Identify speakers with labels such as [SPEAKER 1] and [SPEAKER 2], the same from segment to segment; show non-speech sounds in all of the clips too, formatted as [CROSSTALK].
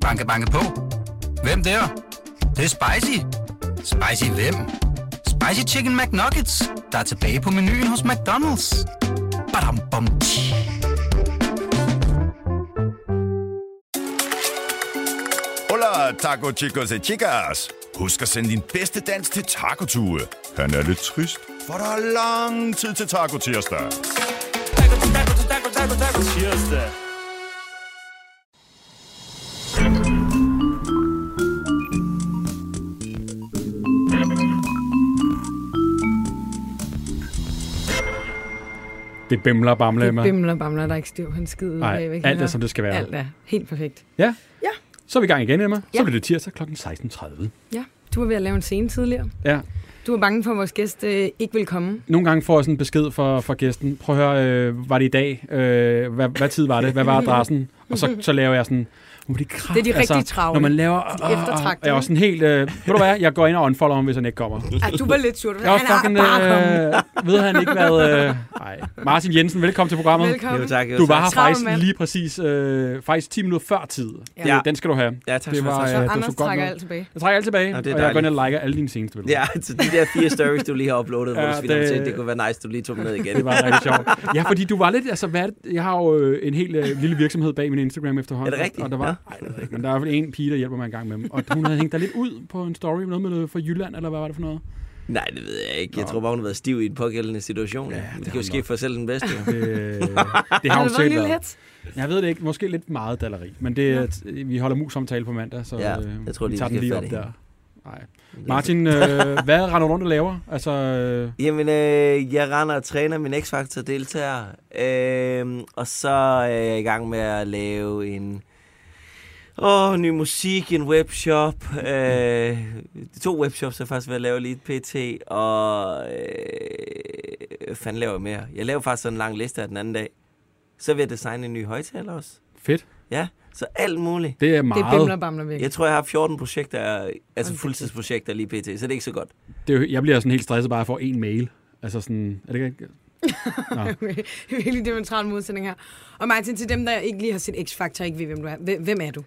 [SPEAKER 1] Banke, banke på. Hvem der? Det, er? det er spicy. Spicy hvem? Spicy Chicken McNuggets, der er tilbage på menuen hos McDonald's. Badum, bom, tji.
[SPEAKER 2] Hola, taco chicos y chicas. Husk at sende din bedste dans til Taco Tue. Han er lidt trist, for der er lang tid til Taco Tirsdag.
[SPEAKER 3] Det bimler og bamler i
[SPEAKER 4] Det
[SPEAKER 3] mig.
[SPEAKER 4] bimler og bamler, der er ikke styr på en skid.
[SPEAKER 3] Nej,
[SPEAKER 4] bagved, kan
[SPEAKER 3] alt er,
[SPEAKER 4] jeg
[SPEAKER 3] som det skal være.
[SPEAKER 4] høre. Alt er helt perfekt.
[SPEAKER 3] Ja.
[SPEAKER 4] Ja.
[SPEAKER 3] Så er vi i gang igen, Emma. Så
[SPEAKER 4] Ja.
[SPEAKER 3] bliver det tirsdag kl. 16.30.
[SPEAKER 4] Ja, du var ved at lave en scene tidligere.
[SPEAKER 3] Ja.
[SPEAKER 4] Du var bange for, at vores gæst øh, ikke ville komme.
[SPEAKER 3] Nogle gange får jeg sådan en besked fra, fra gæsten. Prøv at høre, øh, var det i dag? Øh, hvad, hvad tid var det? Hvad var adressen? Og så, så laver jeg sådan... Oh, det, er kraft,
[SPEAKER 4] Det er de rigtig travle.
[SPEAKER 3] Når man laver... Uh,
[SPEAKER 4] eftertragtede,
[SPEAKER 3] jeg er
[SPEAKER 4] ikke?
[SPEAKER 3] også sådan helt... Øh, ved du hvad? Jeg går ind og unfollower ham, hvis han ikke kommer.
[SPEAKER 4] Ah, du var lidt sur. Du
[SPEAKER 3] Jeg
[SPEAKER 4] var,
[SPEAKER 3] var
[SPEAKER 4] [LAUGHS] han har
[SPEAKER 3] fucking...
[SPEAKER 4] bare kommet.
[SPEAKER 3] Øh, ved han ikke, hvad... Øh, nej. Martin Jensen, velkommen til programmet.
[SPEAKER 4] Velkommen.
[SPEAKER 5] Jo tak, jo
[SPEAKER 3] Du var
[SPEAKER 5] tak.
[SPEAKER 3] her
[SPEAKER 4] Travl
[SPEAKER 3] faktisk
[SPEAKER 4] mand.
[SPEAKER 3] lige præcis... Øh, faktisk 10 minutter før tid.
[SPEAKER 4] Ja.
[SPEAKER 3] Ja. Den skal du have.
[SPEAKER 5] Ja,
[SPEAKER 3] Det
[SPEAKER 5] tak skal du
[SPEAKER 3] var,
[SPEAKER 5] have.
[SPEAKER 3] øh, det
[SPEAKER 4] Så
[SPEAKER 5] tak.
[SPEAKER 3] var
[SPEAKER 4] Anders
[SPEAKER 3] sgu godt
[SPEAKER 4] trækker
[SPEAKER 3] nok.
[SPEAKER 4] alt tilbage.
[SPEAKER 3] Jeg trækker alt tilbage,
[SPEAKER 5] Nå, det
[SPEAKER 3] og
[SPEAKER 5] er
[SPEAKER 3] jeg går ind
[SPEAKER 5] dejligt.
[SPEAKER 3] og liker alle dine seneste billeder.
[SPEAKER 5] Ja, altså de der fire stories, du lige har uploadet,
[SPEAKER 3] [LAUGHS]
[SPEAKER 5] hvor
[SPEAKER 3] Ja,
[SPEAKER 5] du sviner
[SPEAKER 3] det-
[SPEAKER 5] det... til, det kunne være nice, du lige tog dem ned igen.
[SPEAKER 3] Det var rigtig sjovt. Ja, fordi du var lidt, altså hvad er det- jeg har jo øh, en helt øh, lille virksomhed bag min Instagram efterhånden.
[SPEAKER 5] Er det rigtigt?
[SPEAKER 3] Og der var,
[SPEAKER 5] Ja.
[SPEAKER 3] nej, det er rigtigt. Men der er i hvert fald en pige, der hjælper mig en gang med dem. Og hun havde hængt dig lidt ud på en story, noget med noget fra Jylland, eller hvad var det for noget?
[SPEAKER 5] Nej, det ved jeg ikke. Jeg
[SPEAKER 3] Nå.
[SPEAKER 5] tror bare, hun har været stiv i en pågældende situation. Ja, det, det
[SPEAKER 3] har
[SPEAKER 5] kan jo
[SPEAKER 3] hun
[SPEAKER 5] ske
[SPEAKER 3] nok.
[SPEAKER 5] for selv den bedste. jo.
[SPEAKER 3] Øh, det
[SPEAKER 4] Har
[SPEAKER 3] har hun
[SPEAKER 4] det været en
[SPEAKER 3] selv
[SPEAKER 4] lille
[SPEAKER 3] været.
[SPEAKER 4] hits?
[SPEAKER 3] Jeg ved det ikke, måske lidt meget dalleri. Men det, er- t- vi holder mus samtale på mandag, så
[SPEAKER 5] Ja,
[SPEAKER 3] øh,
[SPEAKER 5] jeg tror
[SPEAKER 3] vi
[SPEAKER 5] lige,
[SPEAKER 3] tager
[SPEAKER 5] vi
[SPEAKER 3] den
[SPEAKER 5] skal
[SPEAKER 3] lige
[SPEAKER 5] have
[SPEAKER 3] op
[SPEAKER 5] fat i
[SPEAKER 3] der. Nej. Martin, øh,
[SPEAKER 5] [LAUGHS]
[SPEAKER 3] hvad render du rundt og laver? Altså, øh,
[SPEAKER 5] Jamen, øh, jeg render og træner min X-Factor deltager, øh, og så er jeg i gang med at lave en åh, ny musik, en webshop. Øh, to webshops er jeg faktisk ved at lave lige et pt, og øh, hvad fanden laver jeg mere? Jeg laver faktisk sådan en lang liste af den anden dag. Så vil jeg designe en ny højtaler også.
[SPEAKER 3] fedt.
[SPEAKER 5] Ja, så alt muligt.
[SPEAKER 3] Det er
[SPEAKER 4] Det er bimler og
[SPEAKER 3] meget.
[SPEAKER 4] bamler [LAUGHS] virkelig.
[SPEAKER 5] Jeg tror, jeg har 14 projekter, altså
[SPEAKER 4] da kæft.
[SPEAKER 5] fuldtidsprojekter lige pt, så det er ikke så godt.
[SPEAKER 3] Det, er jo- jeg bliver sådan helt stresset bare for en mail. Altså sådan, er det ikke
[SPEAKER 4] Okay. Virkelig demonstrant modsætning her. Og Martin, til dem, der ikke lige har set X-Factor, ikke ved, hvem du er. Hvem- Hvem er du?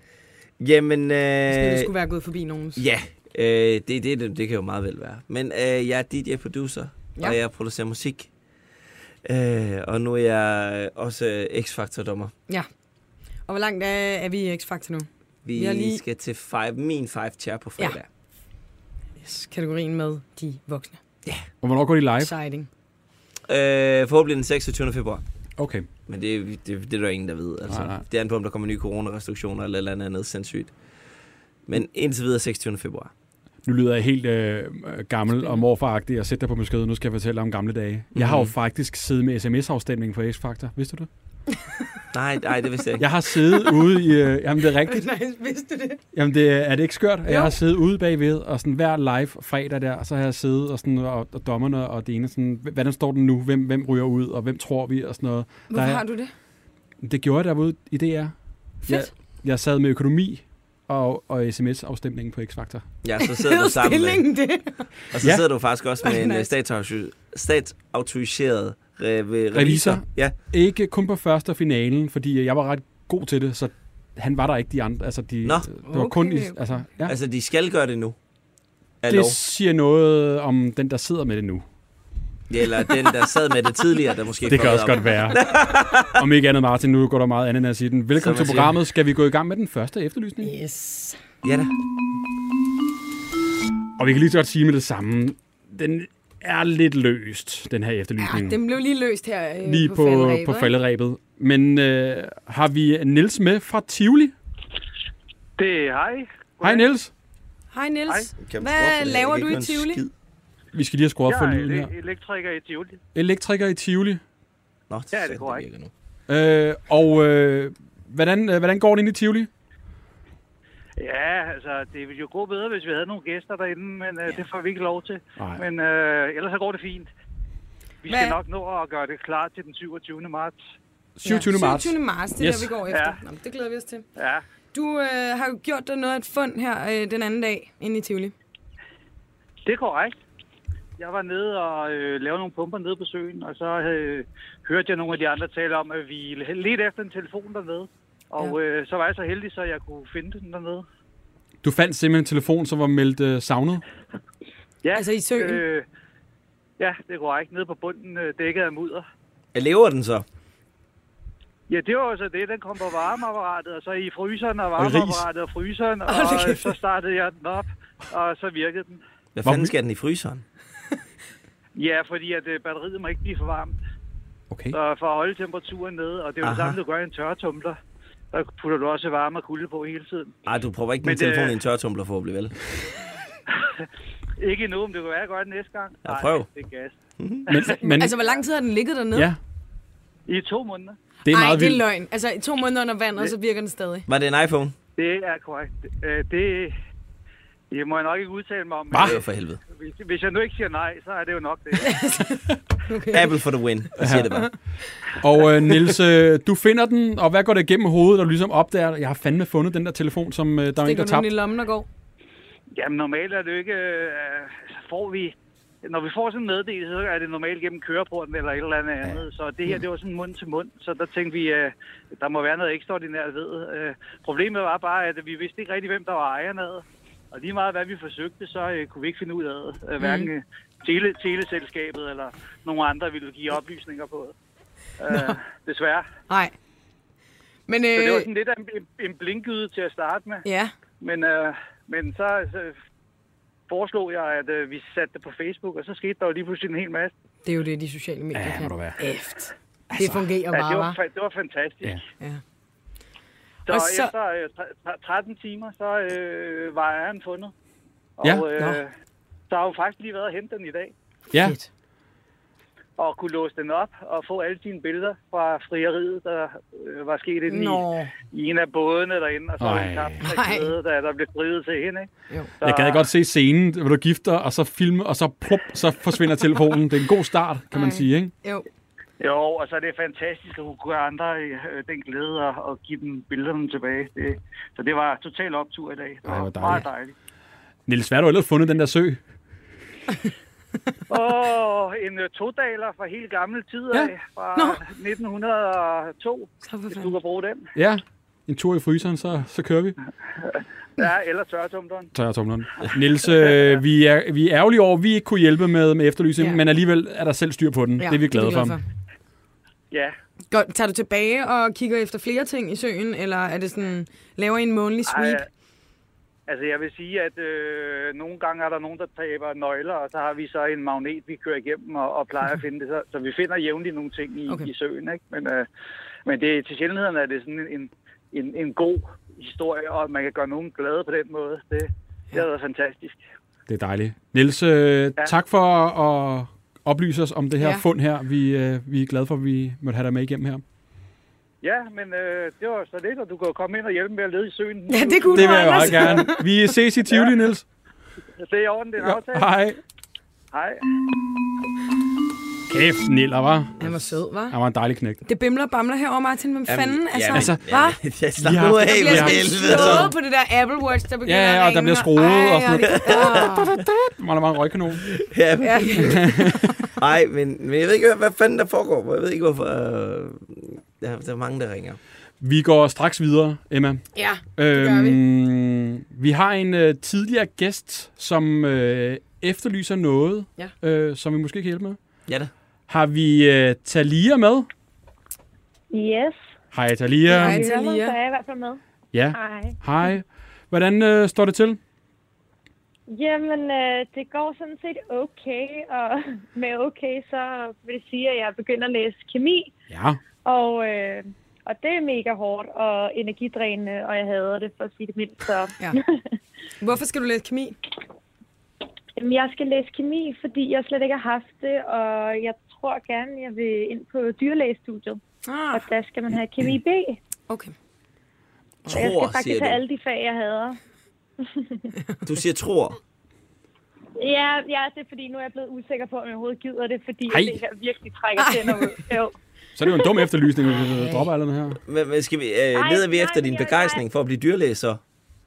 [SPEAKER 5] Jamen,
[SPEAKER 4] Hvis nu
[SPEAKER 5] øh,
[SPEAKER 4] du skulle være gået forbi nogens.
[SPEAKER 5] Ja, øh, det, det, det, det kan jo meget vel være. Men øh, jeg er DJ-producer,
[SPEAKER 4] Ja.
[SPEAKER 5] ja. og jeg producerer musik. Øh, og nu er jeg også øh, X-Factor-dommer.
[SPEAKER 4] Og hvor langt er, er vi i X-Factor nu?
[SPEAKER 5] Vi
[SPEAKER 4] Vi har lige-
[SPEAKER 5] lige... skal til five, min five chair på
[SPEAKER 4] Ja.
[SPEAKER 5] fredag. Ja.
[SPEAKER 4] Yes, kategorien med de voksne.
[SPEAKER 3] Og hvornår går de live?
[SPEAKER 4] Exciting.
[SPEAKER 5] Øh, forhåbentlig den 26. februar.
[SPEAKER 3] Okay.
[SPEAKER 5] Men det, det, det er der ingen, der ved. Altså,
[SPEAKER 3] Nej, nej.
[SPEAKER 5] Det er på, om der kommer nye coronarestriktioner eller et eller andet andet sindssygt. Men indtil videre 26. februar.
[SPEAKER 3] Nu lyder jeg helt øh, øh, gammel og morfaragtig og sætter dig på min skød. Nu skal jeg fortælle dig om gamle dage. Mm-hmm. Jeg har jo
[SPEAKER 5] Mhm.
[SPEAKER 3] faktisk siddet med sms-afstemning på X-Factor. Vidste du det?
[SPEAKER 5] Nej, nej, det vidste jeg ikke.
[SPEAKER 3] Jeg har siddet ude i... Øh, jamen, det er rigtigt.
[SPEAKER 4] [LAUGHS] Nice, vidste du det?
[SPEAKER 3] Jamen, det, er- er det ikke skørt? Jo.
[SPEAKER 4] Jo.
[SPEAKER 3] Jeg har siddet ude bagved, og sådan hver live fredag der, så har jeg siddet og, sådan, og, og dommerne og det ene sådan... "Hv- Hvordan står den nu? Hvem, hvem ryger ud? Og hvem tror vi? Og sådan noget.
[SPEAKER 4] Hvorfor
[SPEAKER 3] er-
[SPEAKER 4] har du det?
[SPEAKER 3] Det gjorde jeg derude i DR. Jeg,
[SPEAKER 4] Fedt.
[SPEAKER 3] jeg sad med økonomi og, og sms-afstemningen på X-Factor.
[SPEAKER 5] Ja, så sidder du sammen med...
[SPEAKER 4] stillingen det.
[SPEAKER 5] Og så
[SPEAKER 3] Ja.
[SPEAKER 5] ja. sidder du faktisk også med en
[SPEAKER 4] Nice.
[SPEAKER 5] øh, statsautoris- statsautoriseret re- revisor.
[SPEAKER 3] Revisor.
[SPEAKER 5] Ja,
[SPEAKER 3] Ikke kun på første og finalen, fordi jeg var ret god til det, så han var der ikke de andre. Altså, de,
[SPEAKER 5] Nå.
[SPEAKER 3] det var kun... I,
[SPEAKER 4] Okay.
[SPEAKER 3] altså, ja.
[SPEAKER 5] altså de skal gøre det nu. Af lov.
[SPEAKER 3] det siger noget om den, der sidder med det nu.
[SPEAKER 5] Eller den, der sad med det tidligere, der måske
[SPEAKER 3] Det kan
[SPEAKER 5] fuckede
[SPEAKER 3] også
[SPEAKER 5] op.
[SPEAKER 3] godt
[SPEAKER 4] [LAUGHS]
[SPEAKER 3] være. om ikke andet, Martin, nu går der meget ananas i den.
[SPEAKER 5] Som
[SPEAKER 3] Velkommen
[SPEAKER 5] man
[SPEAKER 3] til
[SPEAKER 5] siger.
[SPEAKER 3] programmet. Skal vi gå i gang med den første efterlysning?
[SPEAKER 4] Yes.
[SPEAKER 5] Ja da.
[SPEAKER 3] Og vi kan lige så godt sige med det samme. Den er lidt løst, den her
[SPEAKER 4] Ja,
[SPEAKER 6] Mm.
[SPEAKER 3] efterlysning.
[SPEAKER 4] den blev lige løst her øh,
[SPEAKER 3] lige
[SPEAKER 4] på,
[SPEAKER 3] på,
[SPEAKER 4] falderæbet,
[SPEAKER 3] på
[SPEAKER 4] ikke?
[SPEAKER 3] falderæbet. Men øh, har vi Nils med fra Tivoli?
[SPEAKER 6] Det er hej.
[SPEAKER 3] Hej Nils.
[SPEAKER 4] Hej Niels.
[SPEAKER 5] Kæmpe
[SPEAKER 4] Hvad
[SPEAKER 5] stor for det.
[SPEAKER 4] laver
[SPEAKER 5] Jeg kan
[SPEAKER 4] du
[SPEAKER 5] ikke
[SPEAKER 4] i
[SPEAKER 5] gøre en
[SPEAKER 4] Tivoli?
[SPEAKER 5] skid.
[SPEAKER 3] Vi skal lige have skruet op for
[SPEAKER 6] Jeg er
[SPEAKER 3] lyden her.
[SPEAKER 6] ele- elektriker i Tivoli.
[SPEAKER 3] Elektriker i Tivoli.
[SPEAKER 5] Nå,
[SPEAKER 6] Ja, det
[SPEAKER 5] sådan,
[SPEAKER 6] går
[SPEAKER 5] virker nu.
[SPEAKER 3] Øh, og øh, hvordan, øh, hvordan går det ind i Tivoli?
[SPEAKER 6] Ja, altså, det ville jo gå bedre, hvis vi havde nogle gæster derinde, men øh, det får vi ikke lov til.
[SPEAKER 3] Nej.
[SPEAKER 6] Men øh, ellers så går det fint. Vi skal
[SPEAKER 4] Hvad-
[SPEAKER 6] nok nå at gøre det klar til den 27. marts.
[SPEAKER 3] 27.
[SPEAKER 4] Ja,
[SPEAKER 3] marts.
[SPEAKER 4] 27. marts, det er
[SPEAKER 3] Yes.
[SPEAKER 4] yes. der, vi går efter. Ja.
[SPEAKER 6] Ja.
[SPEAKER 4] Nå, men det glæder vi os til.
[SPEAKER 6] Ja,
[SPEAKER 4] Du øh, har jo gjort dig noget af et fund her øh, den anden dag inde i Tivoli.
[SPEAKER 6] det er korrekt. Jeg var nede og øh, lavede nogle pumper nede på søen, og så øh, hørte jeg nogle af de andre tale om, at vi l- lidt efter en telefon dernede. Og ja. øh, så var jeg så heldig, så jeg kunne finde den dernede.
[SPEAKER 3] Du fandt simpelthen en telefon, som var meldt øh, savnet.
[SPEAKER 6] Ja,
[SPEAKER 4] Altså i søen?
[SPEAKER 6] Øh, ja, det er korrekt. Nede på bunden øh, dækket af mudder.
[SPEAKER 5] Jeg lever den så.
[SPEAKER 6] Ja, det var jo så det. Den kom på varmeapparatet, og så i fryseren og varmeapparatet og fryseren, og,
[SPEAKER 4] Hold da
[SPEAKER 6] og
[SPEAKER 4] kæft.
[SPEAKER 6] så startede jeg den op, og så virkede den.
[SPEAKER 5] Hvad
[SPEAKER 3] Hvor
[SPEAKER 5] fanden
[SPEAKER 3] my-
[SPEAKER 5] skal den i fryseren?
[SPEAKER 6] Ja, fordi at øh, batteriet må ikke blive for varmt,
[SPEAKER 3] Okay.
[SPEAKER 6] så for at holde temperaturen nede, og det er jo det
[SPEAKER 5] Aha.
[SPEAKER 6] samme, du gør i en tørretumbler. Der putter du også varme og kulde på hele tiden.
[SPEAKER 5] Ej, du prøver ikke
[SPEAKER 6] Men
[SPEAKER 5] din telefon
[SPEAKER 6] det-
[SPEAKER 5] i en tørretumbler forhåbentlig, vel?
[SPEAKER 6] Ikke endnu, men det kunne være, jeg gør det næste gang.
[SPEAKER 5] Ja,
[SPEAKER 6] Nej,
[SPEAKER 5] prøv.
[SPEAKER 6] det er gas.
[SPEAKER 3] Men, men,
[SPEAKER 4] Altså, hvor lang tid har den ligget dernede?
[SPEAKER 3] ja,
[SPEAKER 6] I to måneder.
[SPEAKER 3] det er
[SPEAKER 4] Ej,
[SPEAKER 3] meget
[SPEAKER 4] det er
[SPEAKER 3] vildt.
[SPEAKER 4] løgn. Altså, i to måneder under vand, og så virker den stadig.
[SPEAKER 5] Var det en iPhone?
[SPEAKER 6] Det er korrekt. Øh, det, det må jeg nok ikke udtale mig om. men,
[SPEAKER 3] Hva?
[SPEAKER 5] Det
[SPEAKER 6] øh,
[SPEAKER 5] var for helvede.
[SPEAKER 6] Hvis, hvis jeg nu ikke siger nej, så er det jo nok det.
[SPEAKER 5] Apple for the win. Jeg siger
[SPEAKER 4] [LAUGHS]
[SPEAKER 5] det bare.
[SPEAKER 3] Og øh, Nils, øh, du finder den, og hvad går det igennem hovedet, og du ligesom opdager, jeg har fandme fundet den der telefon, som øh, der er en, der
[SPEAKER 4] Stikker du den i
[SPEAKER 3] tabte.
[SPEAKER 4] lommen og går?
[SPEAKER 6] Jamen normalt er det jo ikke... Øh, får vi, når vi får sådan en meddelelse, så er det normalt gennem køreporten eller et eller andet andet. Så det her, det var sådan mund til mund. Så der tænkte vi, øh, der må være noget ekstraordinært ved. Øh, problemet var bare, at vi vidste ikke rigtig, hvem der var ejeren af det. Og lige meget hvad vi forsøgte, så øh, kunne vi ikke finde ud af det. Øh, hverken øh, tele, teleselskabet eller nogen andre ville give oplysninger på det. Øh, desværre.
[SPEAKER 4] Nej. Men,
[SPEAKER 6] Så det var
[SPEAKER 4] øh,
[SPEAKER 6] sådan lidt af en, en blinkgyde til at starte med.
[SPEAKER 4] ja.
[SPEAKER 6] Men, øh, men så, så foreslog jeg, at øh, vi satte det på Facebook, og så skete der jo lige pludselig en hel masse.
[SPEAKER 4] Det er jo det, de sociale medier
[SPEAKER 3] Ja, må
[SPEAKER 4] kan.
[SPEAKER 3] du være.
[SPEAKER 4] Eft. Det fungerer
[SPEAKER 6] Altså, Ja,
[SPEAKER 4] bare,
[SPEAKER 6] det, var,
[SPEAKER 4] hva'?
[SPEAKER 6] fa- det var fantastisk.
[SPEAKER 3] Ja.
[SPEAKER 4] Ja.
[SPEAKER 6] Så,
[SPEAKER 4] Og
[SPEAKER 6] så
[SPEAKER 4] så-
[SPEAKER 6] efter øh, tre- tre- 13 timer, så øh, var ejeren fundet. Og
[SPEAKER 3] Ja, nå.
[SPEAKER 6] øh, så har hun faktisk lige været og hente den i dag,
[SPEAKER 3] Ja,
[SPEAKER 4] Fedt.
[SPEAKER 6] og kunne låse den op og få alle sine billeder fra frieriet, der øh, var sket inde i,
[SPEAKER 4] Nå.
[SPEAKER 6] i en af bådene derinde, og så
[SPEAKER 3] Ej.
[SPEAKER 6] en kamp,
[SPEAKER 4] Ej.
[SPEAKER 6] der, glæde, da der blev friet til hende. Ikke?
[SPEAKER 4] Jo.
[SPEAKER 6] Så,
[SPEAKER 3] jeg gad godt se scenen, hvor du gifter, og så filme, og så plup, så forsvinder telefonen. Det er en god start, kan man
[SPEAKER 4] Ej.
[SPEAKER 3] sige, ikke?
[SPEAKER 4] Jo.
[SPEAKER 6] Jo, og så er det fantastisk at kunne gøre andre øh, den glæde og, og give dem billederne tilbage. Det, så det var total optur i dag. Det
[SPEAKER 3] Ej,
[SPEAKER 6] var
[SPEAKER 3] hvor
[SPEAKER 6] dejligt.
[SPEAKER 3] dejligt.
[SPEAKER 6] meget dejligt.
[SPEAKER 3] Nils, hvad har du ellers fundet den der sø?
[SPEAKER 6] Og en øh, todaler fra helt gammel tid af,
[SPEAKER 3] Ja.
[SPEAKER 6] ja. fra
[SPEAKER 4] Nå.
[SPEAKER 6] 1902,
[SPEAKER 4] Så for
[SPEAKER 6] hvis du
[SPEAKER 4] fanden.
[SPEAKER 6] kan bruge den.
[SPEAKER 3] Ja, en tur i fryseren, så, så kører vi.
[SPEAKER 6] Ja, eller tørretumleren.
[SPEAKER 3] tager jeg tumleren. Niels, øh, vi, er, vi er ærgerlige over, at vi ikke kunne hjælpe med, med efterlysningen,
[SPEAKER 4] Ja.
[SPEAKER 3] men alligevel er der selv styr på den.
[SPEAKER 4] Ja,
[SPEAKER 3] Ja, det er vi glade, for.
[SPEAKER 6] Ja,
[SPEAKER 4] Godt. Tager du tilbage og kigger efter flere ting i søen, eller er det sådan, laver I en månedlig sweep?
[SPEAKER 6] Ej, altså jeg vil sige, at øh, nogle gange er der nogen, der taber nøgler, og så har vi så en magnet, vi kører igennem og, og plejer at finde det. Så, så vi finder jævnligt nogle ting i,
[SPEAKER 4] Okay.
[SPEAKER 6] okay. i søen, ikke? Men, øh, men det, til sjældenheden er det sådan en- en, en, en god historie, og man kan gøre nogen glade på den måde. Det, det har været fantastisk.
[SPEAKER 3] Det er dejligt. Niels, øh, ja. tak for at oplyse os om det her
[SPEAKER 4] Ja.
[SPEAKER 3] ja. fund her. Vi, øh, vi er glade for, at vi måtte have dig med igennem her.
[SPEAKER 6] Ja, men øh, det var så lidt, og du kan jo komme ind og hjælpe med at lede i søen.
[SPEAKER 4] Ja, det kunne
[SPEAKER 3] Det
[SPEAKER 4] du,
[SPEAKER 3] vil jeg
[SPEAKER 4] Anders.
[SPEAKER 3] meget gerne. Vi ses i Tivoli, ja. Niels.
[SPEAKER 6] Det er i orden, det er en aftale.
[SPEAKER 3] Hej.
[SPEAKER 6] Hej.
[SPEAKER 3] Kæft, Niller, var.
[SPEAKER 4] Han var sød, var.
[SPEAKER 3] Han var en dejlig knægt.
[SPEAKER 4] Det bimler og bamler herover, Martin. Hvem fanden? Altså,
[SPEAKER 5] jamen,
[SPEAKER 3] altså,
[SPEAKER 4] hva?
[SPEAKER 5] jamen, Jeg slap
[SPEAKER 3] har-
[SPEAKER 5] nu
[SPEAKER 4] Der
[SPEAKER 5] af, Altså,
[SPEAKER 4] bliver
[SPEAKER 5] for
[SPEAKER 3] Ja.
[SPEAKER 4] sådan
[SPEAKER 5] helvede.
[SPEAKER 4] slået på det der Apple Watch, der begynder
[SPEAKER 3] Ja, ja,
[SPEAKER 4] at
[SPEAKER 3] og
[SPEAKER 4] ringe,
[SPEAKER 3] der bliver skruet og sådan
[SPEAKER 4] og sådan
[SPEAKER 3] Han var da bare en røgkanon.
[SPEAKER 5] Ja,
[SPEAKER 4] Ja,
[SPEAKER 5] Nej, men, men jeg ved ikke, hvad fanden der foregår. Jeg ved ikke, hvorfor... øh, Der, der er mange, der ringer.
[SPEAKER 3] Vi går straks videre, Emma.
[SPEAKER 4] ja. gør vi.
[SPEAKER 3] Øhm, vi har en øh, tidligere gæst, som øh, efterlyser noget,
[SPEAKER 4] Ja.
[SPEAKER 3] øh, som vi måske kan hjælpe med.
[SPEAKER 5] Ja da.
[SPEAKER 3] Har vi øh, Talia med?
[SPEAKER 7] Yes,
[SPEAKER 3] Hej Talia.
[SPEAKER 4] Hej,
[SPEAKER 7] det er
[SPEAKER 4] Talia.
[SPEAKER 7] så er jeg i hvert fald med.
[SPEAKER 3] Ja,
[SPEAKER 7] Hej.
[SPEAKER 3] hej. Hvordan øh, står det til?
[SPEAKER 7] Jamen, øh, det går sådan set okay, og [LAUGHS] med okay, så vil det sige, at jeg begynder at læse kemi,
[SPEAKER 3] Ja.
[SPEAKER 7] og, øh, og det er mega hårdt og energidrænende, og jeg hader det for at sige det mindst. Så.
[SPEAKER 4] Ja. Hvorfor skal du læse kemi?
[SPEAKER 7] Jamen, jeg skal læse kemi, fordi jeg slet ikke har haft det, og jeg tror gerne, jeg vil ind på dyrlægestudiet,
[SPEAKER 4] Ah,
[SPEAKER 7] og der skal man have kemi B.
[SPEAKER 4] okay.
[SPEAKER 7] Og jeg skal
[SPEAKER 5] Tror,
[SPEAKER 7] faktisk have
[SPEAKER 5] siger
[SPEAKER 7] alle de fag, jeg hader.
[SPEAKER 5] du. Du siger tror.
[SPEAKER 7] Ja, ja, det er fordi, nu er jeg blevet usikker på, om jeg overhovedet gider det, fordi
[SPEAKER 3] Ej.
[SPEAKER 7] Ej. det her virkelig trækker tænder ud. Jo.
[SPEAKER 3] Så er det jo en dum efterlysning, hvis vi dropper alle den her.
[SPEAKER 5] Men, men skal vi, øh, leder vi
[SPEAKER 7] nej,
[SPEAKER 5] efter
[SPEAKER 7] men
[SPEAKER 5] din
[SPEAKER 7] jeg-
[SPEAKER 5] begejstring for at blive dyrlæser?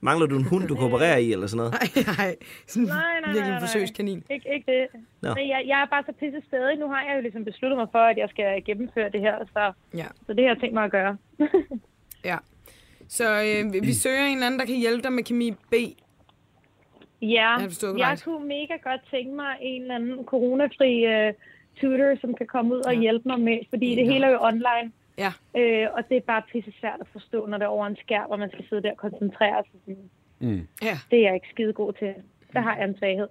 [SPEAKER 5] Mangler du en hund, du kan operere i, eller sådan noget?
[SPEAKER 4] Nej, nej. Sådan
[SPEAKER 7] Nej, nej,
[SPEAKER 4] virkelig
[SPEAKER 7] nej,
[SPEAKER 4] en
[SPEAKER 7] nej.
[SPEAKER 4] forsøgskanin.
[SPEAKER 7] Ikke, ikke det.
[SPEAKER 5] Nå.
[SPEAKER 7] No. Men jeg, jeg er bare så pisse stadig. Nu har jeg jo ligesom besluttet mig for, at jeg skal gennemføre det her, så,
[SPEAKER 4] Ja,
[SPEAKER 7] så det har jeg tænkt mig at gøre.
[SPEAKER 4] ja. Så øh, vi, vi søger en eller anden, der kan hjælpe dig med kemi B.
[SPEAKER 7] [LAUGHS] Ja,
[SPEAKER 4] har forstået det
[SPEAKER 7] jeg
[SPEAKER 4] korrekt.
[SPEAKER 7] kunne mega godt tænke mig en eller anden coronafri uh, tutor, som kan komme ud og
[SPEAKER 4] Ja.
[SPEAKER 7] hjælpe mig med, fordi det hele er jo online.
[SPEAKER 4] Ja.
[SPEAKER 7] Øh, og det er bare pisse svært at forstå, når det er over en skærm, og man skal sidde der og koncentrere sig. Sådan,
[SPEAKER 4] Ja.
[SPEAKER 7] Det er jeg ikke skide god til. Der har jeg en svaghed.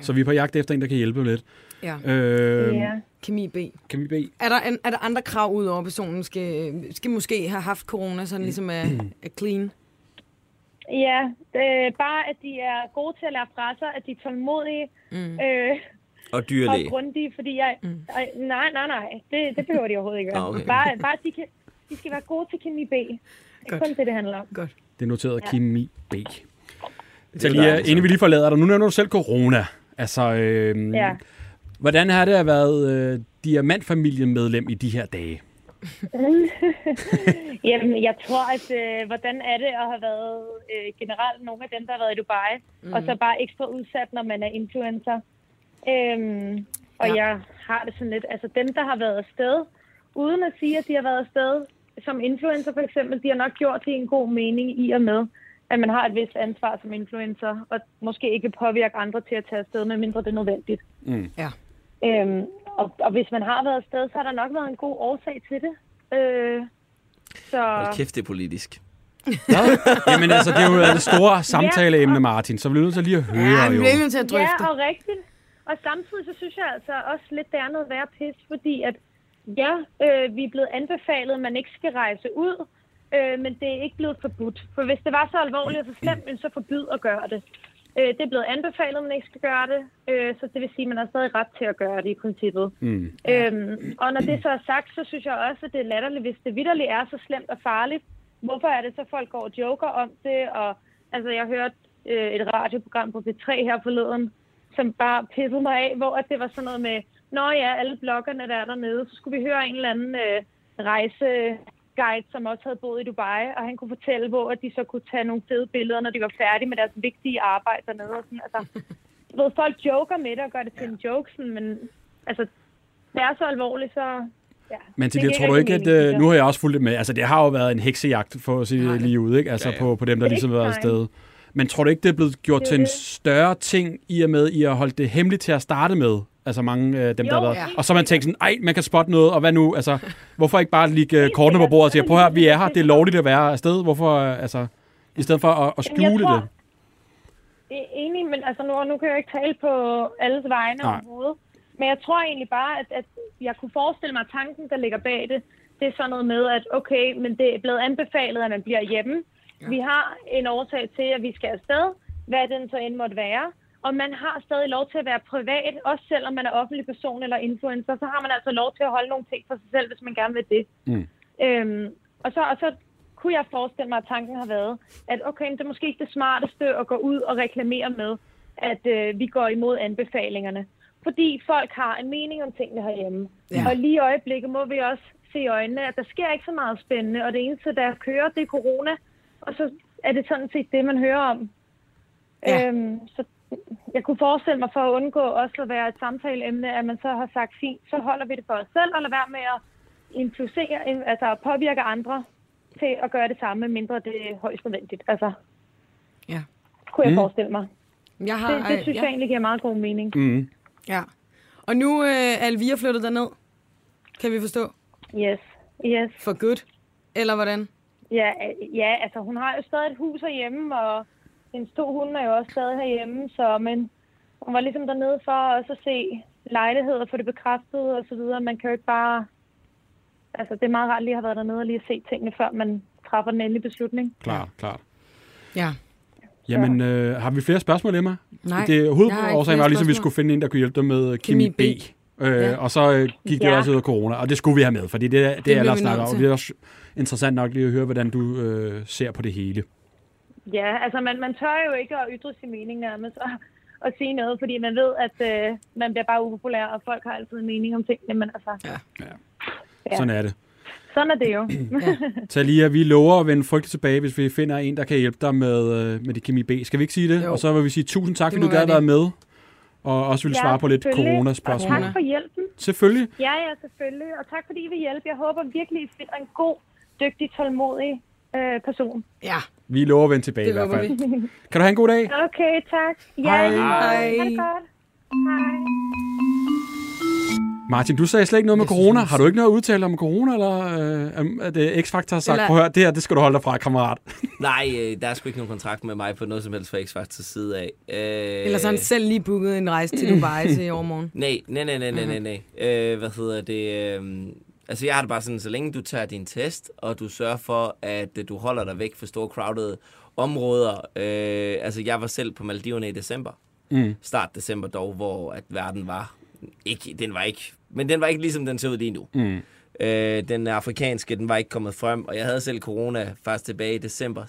[SPEAKER 3] Så vi er på jagt efter en, der kan hjælpe lidt.
[SPEAKER 4] ja.
[SPEAKER 3] Øh,
[SPEAKER 7] Ja.
[SPEAKER 4] Kemi B.
[SPEAKER 3] Kan vi bede?
[SPEAKER 4] Er der, en, er der andre krav udover, at personen skal, skal måske have haft corona, så den ligesom er, er
[SPEAKER 3] [CLEARS THROAT]
[SPEAKER 4] clean?
[SPEAKER 7] Ja, det, bare at de er gode til at lære fra sig, at de er tålmodige mm. øh,
[SPEAKER 5] Og
[SPEAKER 7] og
[SPEAKER 5] dyrlæge.
[SPEAKER 7] grundige, fordi jeg... Mm. Øh, nej, nej, nej, det, det behøver de overhovedet ikke være.
[SPEAKER 5] Ah, okay.
[SPEAKER 7] Bare, bare at de, kan, de skal være gode til kemi B. Det er
[SPEAKER 4] Godt.
[SPEAKER 7] kun det, det handler om.
[SPEAKER 4] Godt.
[SPEAKER 3] Det er noteret ja. kemi B.
[SPEAKER 5] dejligt,
[SPEAKER 3] Talia,
[SPEAKER 5] så.
[SPEAKER 3] inden vi lige forlader dig, nu nævner du selv corona. Altså, øh,
[SPEAKER 7] Ja.
[SPEAKER 3] ja. hvordan har det at være øh, diamantfamiliemedlem i de her dage?
[SPEAKER 7] Jamen, jeg tror, at øh, hvordan er det at have været øh, generelt nogle af dem, der har været i Dubai, mm. og så bare ekstra udsat, når man er influencer. Øhm, og
[SPEAKER 4] Ja.
[SPEAKER 7] ja. jeg har det sådan lidt, altså dem, der har været afsted, uden at sige, at de har været afsted som influencer for eksempel, de har nok gjort det i en god mening i og med, at man har et vist ansvar som influencer, og måske ikke påvirke andre til at tage afsted, medmindre det er nødvendigt.
[SPEAKER 4] Ja.
[SPEAKER 7] Øhm, og, og hvis man har været afsted, så har der nok været en god årsag til det. Øh, så...
[SPEAKER 5] Hold kæft, det er politisk.
[SPEAKER 3] Jamen altså, det er jo det store samtaleemne, Martin, så vi er nødt til lige at høre
[SPEAKER 4] Ja, vi
[SPEAKER 3] jo.
[SPEAKER 4] bliver nødt til at drøfte.
[SPEAKER 7] Ja, og rigtigt. Og samtidig så synes jeg altså også lidt, det er noget værre pis, fordi at ja, øh, vi er blevet anbefalet, at man ikke skal rejse ud, øh, men det er ikke blevet forbudt. For hvis det var så alvorligt og så slemt, jamen, så forbyd at gøre det. Øh, det er blevet anbefalet, at man ikke skal gøre det, øh, så det vil sige, at man har stadig ret til at gøre det i princippet. Mm. Øhm, og når det så er sagt, så synes jeg også, at det er latterligt, hvis det vidderligt er så slemt og farligt. Hvorfor er det så, folk går og joker om det? Og, altså, jeg hørte øh, et radioprogram på P3 her forleden, som bare pissede mig af, hvor at det var sådan noget med, Nå ja, alle bloggerne der er dernede, så skulle vi høre en eller anden øh, rejseguide, som også havde boet i Dubai, og han kunne fortælle, hvor at de så kunne tage nogle fede billeder, når de var færdige med deres vigtige arbejde dernede. Og sådan. Altså, du ved, folk joker med det og gør det til en joke, sådan, men altså, det er så alvorligt, så... Ja,
[SPEAKER 3] Men til
[SPEAKER 7] giver
[SPEAKER 3] det, tror du ikke,
[SPEAKER 7] rigtig
[SPEAKER 3] at...
[SPEAKER 7] mening,
[SPEAKER 3] Øh,
[SPEAKER 7] synes
[SPEAKER 3] nu har jeg også fulgt det med. Altså, det har jo været en heksejagt, for at sige
[SPEAKER 4] Nej.
[SPEAKER 3] det lige ud, ikke? Altså,
[SPEAKER 5] Ja, ja.
[SPEAKER 3] På, på dem, der
[SPEAKER 7] Det er
[SPEAKER 3] ligesom har
[SPEAKER 7] ikke
[SPEAKER 3] været
[SPEAKER 7] fejl.
[SPEAKER 3] afsted. Men tror du ikke, det er blevet gjort
[SPEAKER 7] Det er
[SPEAKER 3] til en
[SPEAKER 7] det.
[SPEAKER 3] større ting, i og med, I har holdt det hemmeligt til at starte med? Altså mange af dem,
[SPEAKER 7] Jo,
[SPEAKER 3] der har været.
[SPEAKER 7] ja.
[SPEAKER 3] Og så har man tænkt sådan, ej, man kan spotte noget, og hvad nu? Altså, hvorfor ikke bare ligge øh, kortene på
[SPEAKER 7] sikkert.
[SPEAKER 3] bordet og sige, prøv at høre, vi er her,
[SPEAKER 7] Det er
[SPEAKER 3] det er
[SPEAKER 7] det.
[SPEAKER 3] lovligt at være afsted. Hvorfor, øh, altså, i stedet for at, at
[SPEAKER 7] Jamen, jeg
[SPEAKER 3] skjule
[SPEAKER 7] tror-
[SPEAKER 3] det?
[SPEAKER 7] Øh, Enig, men altså nu, nu kan jeg jo ikke tale på alles vegne
[SPEAKER 3] Nej.
[SPEAKER 7] overhovedet. Men jeg tror egentlig bare, at, at jeg kunne forestille mig, at tanken, der ligger bag det, det er sådan noget med, at okay, men det er blevet anbefalet, at man bliver hjemme. Ja. Vi har en årsag til, at vi skal afsted, hvad den så end måtte være. Og man har stadig lov til at være privat, også selvom man er offentlig person eller influencer, så har man altså lov til at holde nogle ting for sig selv, hvis man gerne vil det. Øhm, og, så, og så kunne jeg forestille mig, at tanken har været, at okay, men det er måske ikke det smarteste at gå ud og reklamere med, at øh, vi går imod anbefalingerne. Fordi folk har en mening om tingene herhjemme.
[SPEAKER 4] Ja.
[SPEAKER 7] Ja. Og lige i øjeblikket må vi også se i øjnene, at der sker ikke så meget spændende, og det eneste, der kører, det er corona. Og så er det sådan set det, man hører om.
[SPEAKER 4] Ja.
[SPEAKER 7] Ja. Øhm, så jeg kunne forestille mig for at undgå også at være et samtaleemne, at man så har sagt, fint, så holder vi det for os selv, og lad være med at influere, altså at påvirke andre til at gøre det samme, mindre det er højst nødvendigt. Altså,
[SPEAKER 4] Ja.
[SPEAKER 7] kunne jeg mm. forestille mig.
[SPEAKER 4] Jeg har,
[SPEAKER 7] Det, det synes
[SPEAKER 4] Ah, ja.
[SPEAKER 7] jeg egentlig giver meget god mening.
[SPEAKER 4] ja. Og nu øh, er Elvira flyttet derned, kan vi forstå.
[SPEAKER 7] Yes, yes.
[SPEAKER 4] For good. Eller hvordan?
[SPEAKER 7] Ja, øh, ja, altså hun har jo stadig et hus herhjemme, og hendes to hunde er jo også stadig herhjemme, så men hun var ligesom dernede for også at se lejligheder, få det bekræftet og så videre. Man kan jo ikke bare... Altså, det er meget rart lige at have været dernede og lige at se tingene, før man træffer den endelige beslutning.
[SPEAKER 3] Klart, klart.
[SPEAKER 4] Ja.
[SPEAKER 3] Jamen, øh, har vi flere spørgsmål, Emma?
[SPEAKER 4] Nej,
[SPEAKER 3] det
[SPEAKER 4] jeg
[SPEAKER 3] er
[SPEAKER 4] har ikke flere
[SPEAKER 3] hovedårsagen var ligesom, at vi
[SPEAKER 4] spørgsmål.
[SPEAKER 3] skulle finde en, der kunne hjælpe dig med øh, Kimi B.
[SPEAKER 4] Kemi
[SPEAKER 3] Øh,
[SPEAKER 4] Ja.
[SPEAKER 3] Og så øh, gik det
[SPEAKER 7] Ja.
[SPEAKER 3] også ud af corona, og det skulle vi have med, fordi det, det, det
[SPEAKER 4] bliver
[SPEAKER 3] er ellers
[SPEAKER 4] vi
[SPEAKER 3] snakker
[SPEAKER 4] nødt
[SPEAKER 3] om.
[SPEAKER 4] til.
[SPEAKER 3] Det er også interessant nok lige at høre, hvordan du øh, ser på det hele.
[SPEAKER 7] Ja, altså man, man tør jo ikke at ytre sin mening nærmest og, og sige noget, fordi man ved, at øh, man bliver bare upopulær, og folk har altid en mening om tingene, men altså,
[SPEAKER 3] Ja.
[SPEAKER 7] Ja.
[SPEAKER 3] Sådan er det.
[SPEAKER 7] sådan er det jo.
[SPEAKER 3] Talia, vi lover at vende frygteligt tilbage, hvis vi finder en, der kan hjælpe dig med, øh, med det Kimi B. Skal vi ikke sige det?
[SPEAKER 4] Jo.
[SPEAKER 3] Og så vil vi sige tusind tak,
[SPEAKER 4] Det
[SPEAKER 3] fordi
[SPEAKER 4] må
[SPEAKER 3] du gad
[SPEAKER 4] være
[SPEAKER 3] være med, og også ville
[SPEAKER 7] Ja,
[SPEAKER 3] svare på lidt
[SPEAKER 7] selvfølgelig.
[SPEAKER 3] coronaspørgsmål.
[SPEAKER 7] Og tak for hjælpen.
[SPEAKER 3] Selvfølgelig.
[SPEAKER 7] Ja, ja, selvfølgelig. Og tak fordi I vil hjælpe. Jeg håber virkelig, I finder en god, dygtig, tålmodig øh, person.
[SPEAKER 4] Ja,
[SPEAKER 3] Vi lover at vende tilbage i
[SPEAKER 4] det
[SPEAKER 3] hvert
[SPEAKER 4] håber
[SPEAKER 3] fald.
[SPEAKER 4] vi.
[SPEAKER 3] Kan du have en god dag?
[SPEAKER 7] Okay, tak. Ja,
[SPEAKER 3] Hej.
[SPEAKER 7] i lige
[SPEAKER 4] Hej.
[SPEAKER 7] måde. Ha' det godt. Hej.
[SPEAKER 3] Martin, du sagde slet ikke noget med
[SPEAKER 4] Jeg
[SPEAKER 3] corona.
[SPEAKER 4] synes-
[SPEAKER 3] Har du ikke noget at udtale om corona, eller øh, at øh, X-Factor har sagt,
[SPEAKER 4] Eller-
[SPEAKER 3] prøv at høre, det her, det skal du holde dig fra, kammerat.
[SPEAKER 5] Nej, øh, der er sgu ikke nogen kontrakt med mig på noget som helst fra X-Factors side af. Øh,
[SPEAKER 4] Ellers har han selv lige booket en rejse til Dubai til i overmorgen.
[SPEAKER 5] Nej, nej, nej, nej, nej,
[SPEAKER 4] Mhm.
[SPEAKER 5] nej, nej. Øh, hvad hedder det? Øh, altså, jeg har det bare sådan, så længe du tager din test, og du sørger for, at øh, du holder dig væk fra store crowded områder. Øh, altså, jeg var selv på Maldiverne i december. Mm. Start december dog, hvor at verden var ikke, den var ikke, men den var ikke ligesom den ser ud lige nu. Mm. Øh, den afrikanske, den var ikke kommet frem, og jeg havde selv corona faktisk tilbage i december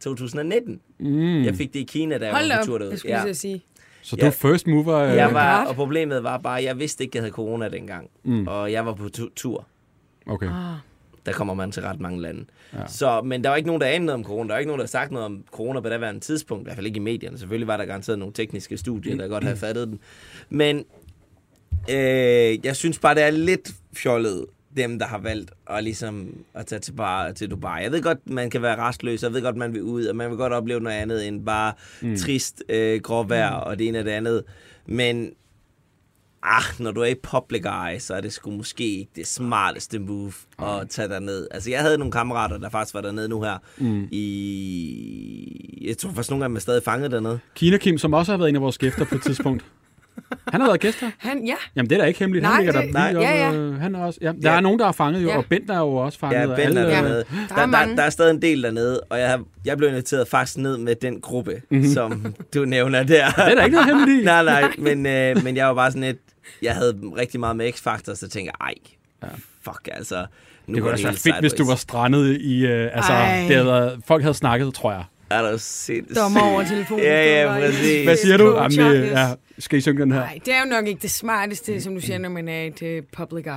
[SPEAKER 5] 2019. Mm. Jeg fik det i Kina, da jeg
[SPEAKER 4] Hold
[SPEAKER 5] var
[SPEAKER 4] da
[SPEAKER 5] på
[SPEAKER 4] op,
[SPEAKER 5] tur derude.
[SPEAKER 4] jeg skulle lige til at sige.
[SPEAKER 3] Så
[SPEAKER 5] Ja.
[SPEAKER 3] du er first mover. Øh,
[SPEAKER 5] Jeg var,
[SPEAKER 4] klart.
[SPEAKER 5] og problemet var bare, at jeg vidste ikke, at jeg havde corona dengang. Mm. Og jeg var på tu- tur.
[SPEAKER 3] Okay.
[SPEAKER 4] Ah.
[SPEAKER 5] Der kommer man til ret mange lande. Ja. Så, men der var ikke nogen, der anede noget om corona. Der var ikke nogen, der havde sagt noget om corona på daværende tidspunkt. I hvert fald ikke i medierne. Selvfølgelig var der garanteret nogle tekniske studier, der godt havde fattet den. Men øh, jeg synes bare, det er lidt fjollet, dem, der har valgt at, ligesom, at tage til, bare, til Dubai. Jeg ved godt, man kan være restløs, og jeg ved godt, man vil ud, og man vil godt opleve noget andet end bare mm. trist øh, gråvejr og det ene og det andet. Men ah, når du er i public eye, så er det sgu måske ikke det smarteste move at tage derned. Altså, jeg havde nogle kammerater, der faktisk var dernede nu her mm. i... Jeg tror faktisk, nogle af dem er stadig fanget dernede.
[SPEAKER 3] Kina Kim, som også har været en af vores gæster på et tidspunkt. Han har været gæster.
[SPEAKER 4] Han, ja,
[SPEAKER 3] Jamen, det er da ikke hemmeligt. han
[SPEAKER 4] Nej,
[SPEAKER 3] ligger der
[SPEAKER 4] det-
[SPEAKER 3] lige
[SPEAKER 4] nej. Ja,
[SPEAKER 3] om,
[SPEAKER 4] ja.
[SPEAKER 3] øh, Han er også, ja, der
[SPEAKER 5] Ja.
[SPEAKER 3] er nogen, der er fanget jo,
[SPEAKER 4] Ja.
[SPEAKER 3] og Bent er jo også fanget.
[SPEAKER 5] Ja,
[SPEAKER 3] og
[SPEAKER 5] Ben er
[SPEAKER 3] alle, øh,
[SPEAKER 5] dernede.
[SPEAKER 4] Der
[SPEAKER 5] Der,
[SPEAKER 4] er
[SPEAKER 5] der,
[SPEAKER 4] mange.
[SPEAKER 5] der, der er stadig en del dernede, og jeg, har- jeg blev inviteret faktisk ned med den gruppe, mm-hmm. som du nævner der.
[SPEAKER 3] Mhm. Det er der ikke noget hemmeligt i.
[SPEAKER 5] [LAUGHS] nej, nej, men, øh, men jeg var bare sådan et... Jeg havde rigtig meget med X-Factor, så tænkte jeg, ej, fuck altså. Nu
[SPEAKER 3] Det
[SPEAKER 5] går
[SPEAKER 3] kunne også være
[SPEAKER 5] helt
[SPEAKER 3] fedt, hvis du var
[SPEAKER 5] sideways."
[SPEAKER 3] strandet i... Øh, altså,
[SPEAKER 4] Ej.
[SPEAKER 3] det havde, været- folk havde snakket, tror jeg.
[SPEAKER 5] Er du sindssygt?
[SPEAKER 4] dommer over telefonen.
[SPEAKER 5] Ja, ja,
[SPEAKER 4] Det var-
[SPEAKER 5] præcis.
[SPEAKER 3] Hvad siger du?
[SPEAKER 4] Coach,
[SPEAKER 3] Jamen, det,
[SPEAKER 4] yes.
[SPEAKER 3] ja, skal I synge den her?
[SPEAKER 4] Nej, det er jo nok ikke det smarteste, som du siger, når man er et øh, public eye.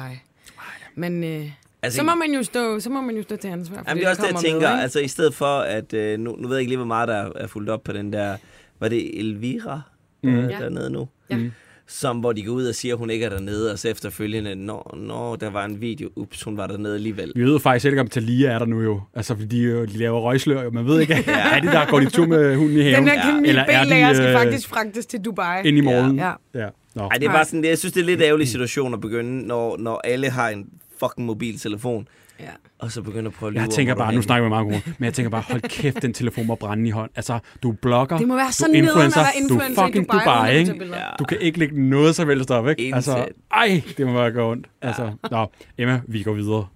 [SPEAKER 4] Men øh,
[SPEAKER 5] Altså,
[SPEAKER 4] altså, så, må man jo stå, så må man jo stå til ansvar. for
[SPEAKER 5] Jamen, det er også det,
[SPEAKER 4] der
[SPEAKER 5] jeg
[SPEAKER 4] kommer
[SPEAKER 5] tænker.
[SPEAKER 4] med, ikke?
[SPEAKER 5] altså, i stedet for, at... Øh, nu, nu ved jeg ikke lige, hvor meget der er fuldt op på den der... Var det Elvira, mm. øh,
[SPEAKER 4] Ja.
[SPEAKER 5] dernede nu?
[SPEAKER 4] Ja. Mm.
[SPEAKER 5] Som, hvor de går ud og siger, at hun ikke er dernede, og så efterfølgende, når, når der var en video, ups, hun var dernede alligevel.
[SPEAKER 3] Vi ved jo faktisk ikke, om Talia er der nu jo. Altså, fordi de, jo- de laver røgslør, jo. Man ved
[SPEAKER 5] [LAUGHS]
[SPEAKER 3] ikke, er det der, går de tur med hunden i haven?
[SPEAKER 4] Den her kemi
[SPEAKER 3] Eller er de
[SPEAKER 4] B-lærer skal
[SPEAKER 3] øh,
[SPEAKER 4] faktisk fragtes til Dubai.
[SPEAKER 3] ind i morgen?
[SPEAKER 4] Ja.
[SPEAKER 3] ja. Nå.
[SPEAKER 5] Ej, det er
[SPEAKER 4] Nej.
[SPEAKER 5] bare sådan, jeg synes, det er en
[SPEAKER 3] Mm.
[SPEAKER 5] lidt ærgerlig situation at begynde, når, når alle har en fucking mobiltelefon,
[SPEAKER 4] Ja.
[SPEAKER 5] og så begynder at prøve at lyve
[SPEAKER 3] Jeg
[SPEAKER 5] om,
[SPEAKER 3] tænker
[SPEAKER 5] hvor du
[SPEAKER 3] bare,
[SPEAKER 5] er
[SPEAKER 3] nu
[SPEAKER 5] henne.
[SPEAKER 3] snakker vi meget om men jeg tænker bare, hold kæft, den telefon må brænde i hånd. Altså, du er blogger,
[SPEAKER 4] Det må være så
[SPEAKER 3] du er
[SPEAKER 4] nederen at være
[SPEAKER 3] influencer,
[SPEAKER 4] influencer
[SPEAKER 3] du
[SPEAKER 4] i
[SPEAKER 3] er fucking
[SPEAKER 4] Dubai,
[SPEAKER 3] Dubai,
[SPEAKER 4] uden at kunne tage
[SPEAKER 3] ikke?
[SPEAKER 4] billeder.
[SPEAKER 5] Ja.
[SPEAKER 3] Du kan ikke lægge noget som helst op, ikke? Altså,
[SPEAKER 5] Intet.
[SPEAKER 3] ej, det må være gøre ondt. Altså, nå, Emma, vi går videre.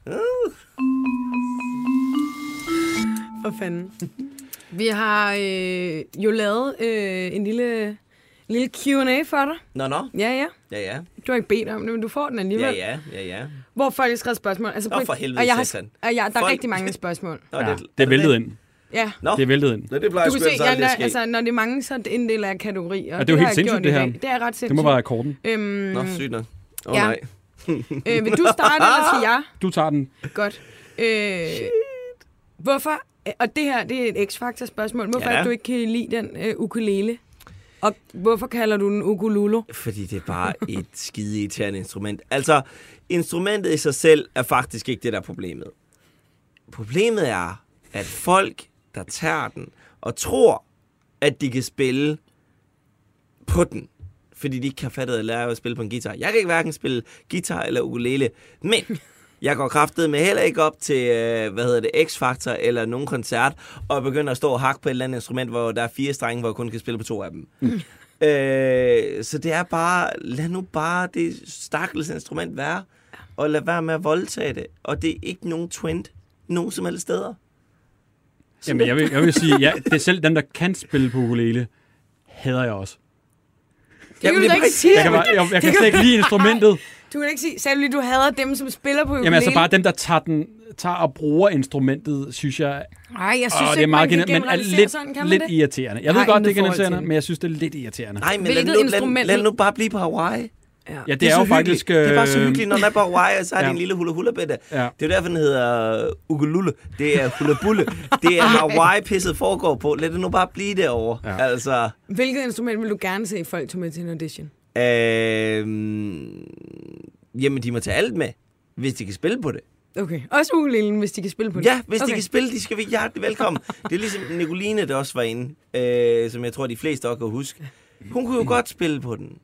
[SPEAKER 4] For fanden. Vi har øh, jo lavet øh, en lille, lille Q&A for dig.
[SPEAKER 5] Nå, nå.
[SPEAKER 4] Ja, ja.
[SPEAKER 5] Ja, ja.
[SPEAKER 4] Du har ikke bedt om det, men du får den alligevel.
[SPEAKER 5] Ja, ja, ja, ja.
[SPEAKER 4] Hvor folk har skrevet spørgsmål. Altså,
[SPEAKER 5] Nå, for helvede,
[SPEAKER 4] og jeg har,
[SPEAKER 5] satan.
[SPEAKER 4] og jeg, der er
[SPEAKER 5] Folk-
[SPEAKER 4] rigtig mange spørgsmål.
[SPEAKER 5] Nå,
[SPEAKER 3] Ja,
[SPEAKER 5] er
[SPEAKER 3] det er væltet ind.
[SPEAKER 4] Ja.
[SPEAKER 5] Nå,
[SPEAKER 3] Det er væltet ind.
[SPEAKER 5] Nå, det plejer
[SPEAKER 4] Du kan
[SPEAKER 5] sgu
[SPEAKER 4] se,
[SPEAKER 5] ellers
[SPEAKER 4] ja,
[SPEAKER 5] aldrig at
[SPEAKER 4] når,
[SPEAKER 5] ske.
[SPEAKER 4] altså, når det er mange, så er det en del af kategorier.
[SPEAKER 3] det er jo helt
[SPEAKER 4] har jeg
[SPEAKER 3] sindssygt,
[SPEAKER 4] gjort
[SPEAKER 3] det
[SPEAKER 4] i
[SPEAKER 3] her.
[SPEAKER 4] dag. Det er ret
[SPEAKER 3] Det må
[SPEAKER 4] sindssygt.
[SPEAKER 3] være akkorden.
[SPEAKER 4] øhm,
[SPEAKER 5] Nå, sygt nok. Åh, oh,
[SPEAKER 4] Ja.
[SPEAKER 5] nej.
[SPEAKER 4] øh, vil du starte, eller skal
[SPEAKER 3] [LAUGHS]
[SPEAKER 4] jeg?
[SPEAKER 3] Du tager den.
[SPEAKER 4] Godt. Øh, hvorfor, og det her det er et X-Factor spørgsmål, hvorfor
[SPEAKER 5] Ja.
[SPEAKER 4] ja. du ikke kan lide den øh, ukulele? Og hvorfor kalder du den ukululu?
[SPEAKER 5] Fordi det er bare et skide irriterende instrument. Altså, instrumentet i sig selv er faktisk ikke det, der er problemet. Problemet er, at folk, der tager den og tror, at de kan spille på den, fordi de ikke har fattet at lære at spille på en guitar. Jeg kan ikke hverken spille guitar eller ukulele, men jeg går kraftet med heller ikke op til, øh, hvad hedder det, X-Factor eller nogen koncert, og begynder at stå og hakke på et eller andet instrument, hvor der er fire strenge, hvor jeg kun kan spille på to af dem. Øh, så det er bare, lad nu bare det stakkels instrument være, og lad være med at voldtage det. Og det er ikke nogen trend, nogen som helst steder.
[SPEAKER 3] Jamen, jeg vil, jeg vil sige, ja, det er selv dem, der kan spille på ukulele, hader jeg også.
[SPEAKER 4] Det kan
[SPEAKER 5] Jamen,
[SPEAKER 4] du
[SPEAKER 5] det
[SPEAKER 4] da
[SPEAKER 5] er
[SPEAKER 4] ikke
[SPEAKER 5] præcis-
[SPEAKER 4] sige.
[SPEAKER 3] Jeg kan, bare, jeg, jeg kan slet ikke lide instrumentet.
[SPEAKER 4] Du kan da ikke sige, sagde du lige, du hader dem, som spiller på ukulele?
[SPEAKER 3] Jamen altså bare dem, der tager, den, tager og bruger instrumentet, synes jeg,
[SPEAKER 4] Nej, jeg synes
[SPEAKER 3] åh,
[SPEAKER 4] ikke,
[SPEAKER 3] det er meget
[SPEAKER 4] man kan
[SPEAKER 3] men er
[SPEAKER 4] generalisere
[SPEAKER 3] lidt,
[SPEAKER 4] sådan, kan man
[SPEAKER 3] lidt
[SPEAKER 4] det?
[SPEAKER 3] irriterende. Jeg ved
[SPEAKER 4] Nej,
[SPEAKER 3] godt, det
[SPEAKER 4] ingen
[SPEAKER 3] er
[SPEAKER 4] forhold til
[SPEAKER 3] generaliserende,
[SPEAKER 4] det.
[SPEAKER 3] men jeg synes, det er lidt irriterende.
[SPEAKER 5] Nej, men lad,
[SPEAKER 4] Hvilket
[SPEAKER 5] nu, lad,
[SPEAKER 4] instrument-
[SPEAKER 5] lad nu bare blive på Hawaii. Det
[SPEAKER 3] ja, det, det er,
[SPEAKER 5] så
[SPEAKER 3] jo faktisk...
[SPEAKER 5] hyggeligt. Det er bare så
[SPEAKER 3] øh,
[SPEAKER 5] hyggeligt, når den er på Hawaii, og så har de
[SPEAKER 3] Ja.
[SPEAKER 5] en lille hula hula bitte.
[SPEAKER 3] Ja.
[SPEAKER 5] Det er jo derfor, den hedder øh, ukulule. Det er hula bulle.
[SPEAKER 4] [LAUGHS]
[SPEAKER 5] det er Hawaii-pisset foregår på. Lad det nu bare blive derovre.
[SPEAKER 3] Ja.
[SPEAKER 5] Ja. Altså,
[SPEAKER 4] Hvilket instrument vil du gerne se folk tage med til en audition?
[SPEAKER 5] øh, jamen, de må tage alt med, hvis de kan spille på det.
[SPEAKER 4] Okay, også ukulelen, hvis de kan spille på det.
[SPEAKER 5] Ja, hvis okay.
[SPEAKER 4] okay.
[SPEAKER 5] de kan spille, de skal være hjertelig velkommen. Det er ligesom Nicoline, der også var inde, øh, som jeg tror, de fleste også kan huske. Hun
[SPEAKER 3] Mm.
[SPEAKER 5] kunne jo godt spille på den,
[SPEAKER 3] [LAUGHS]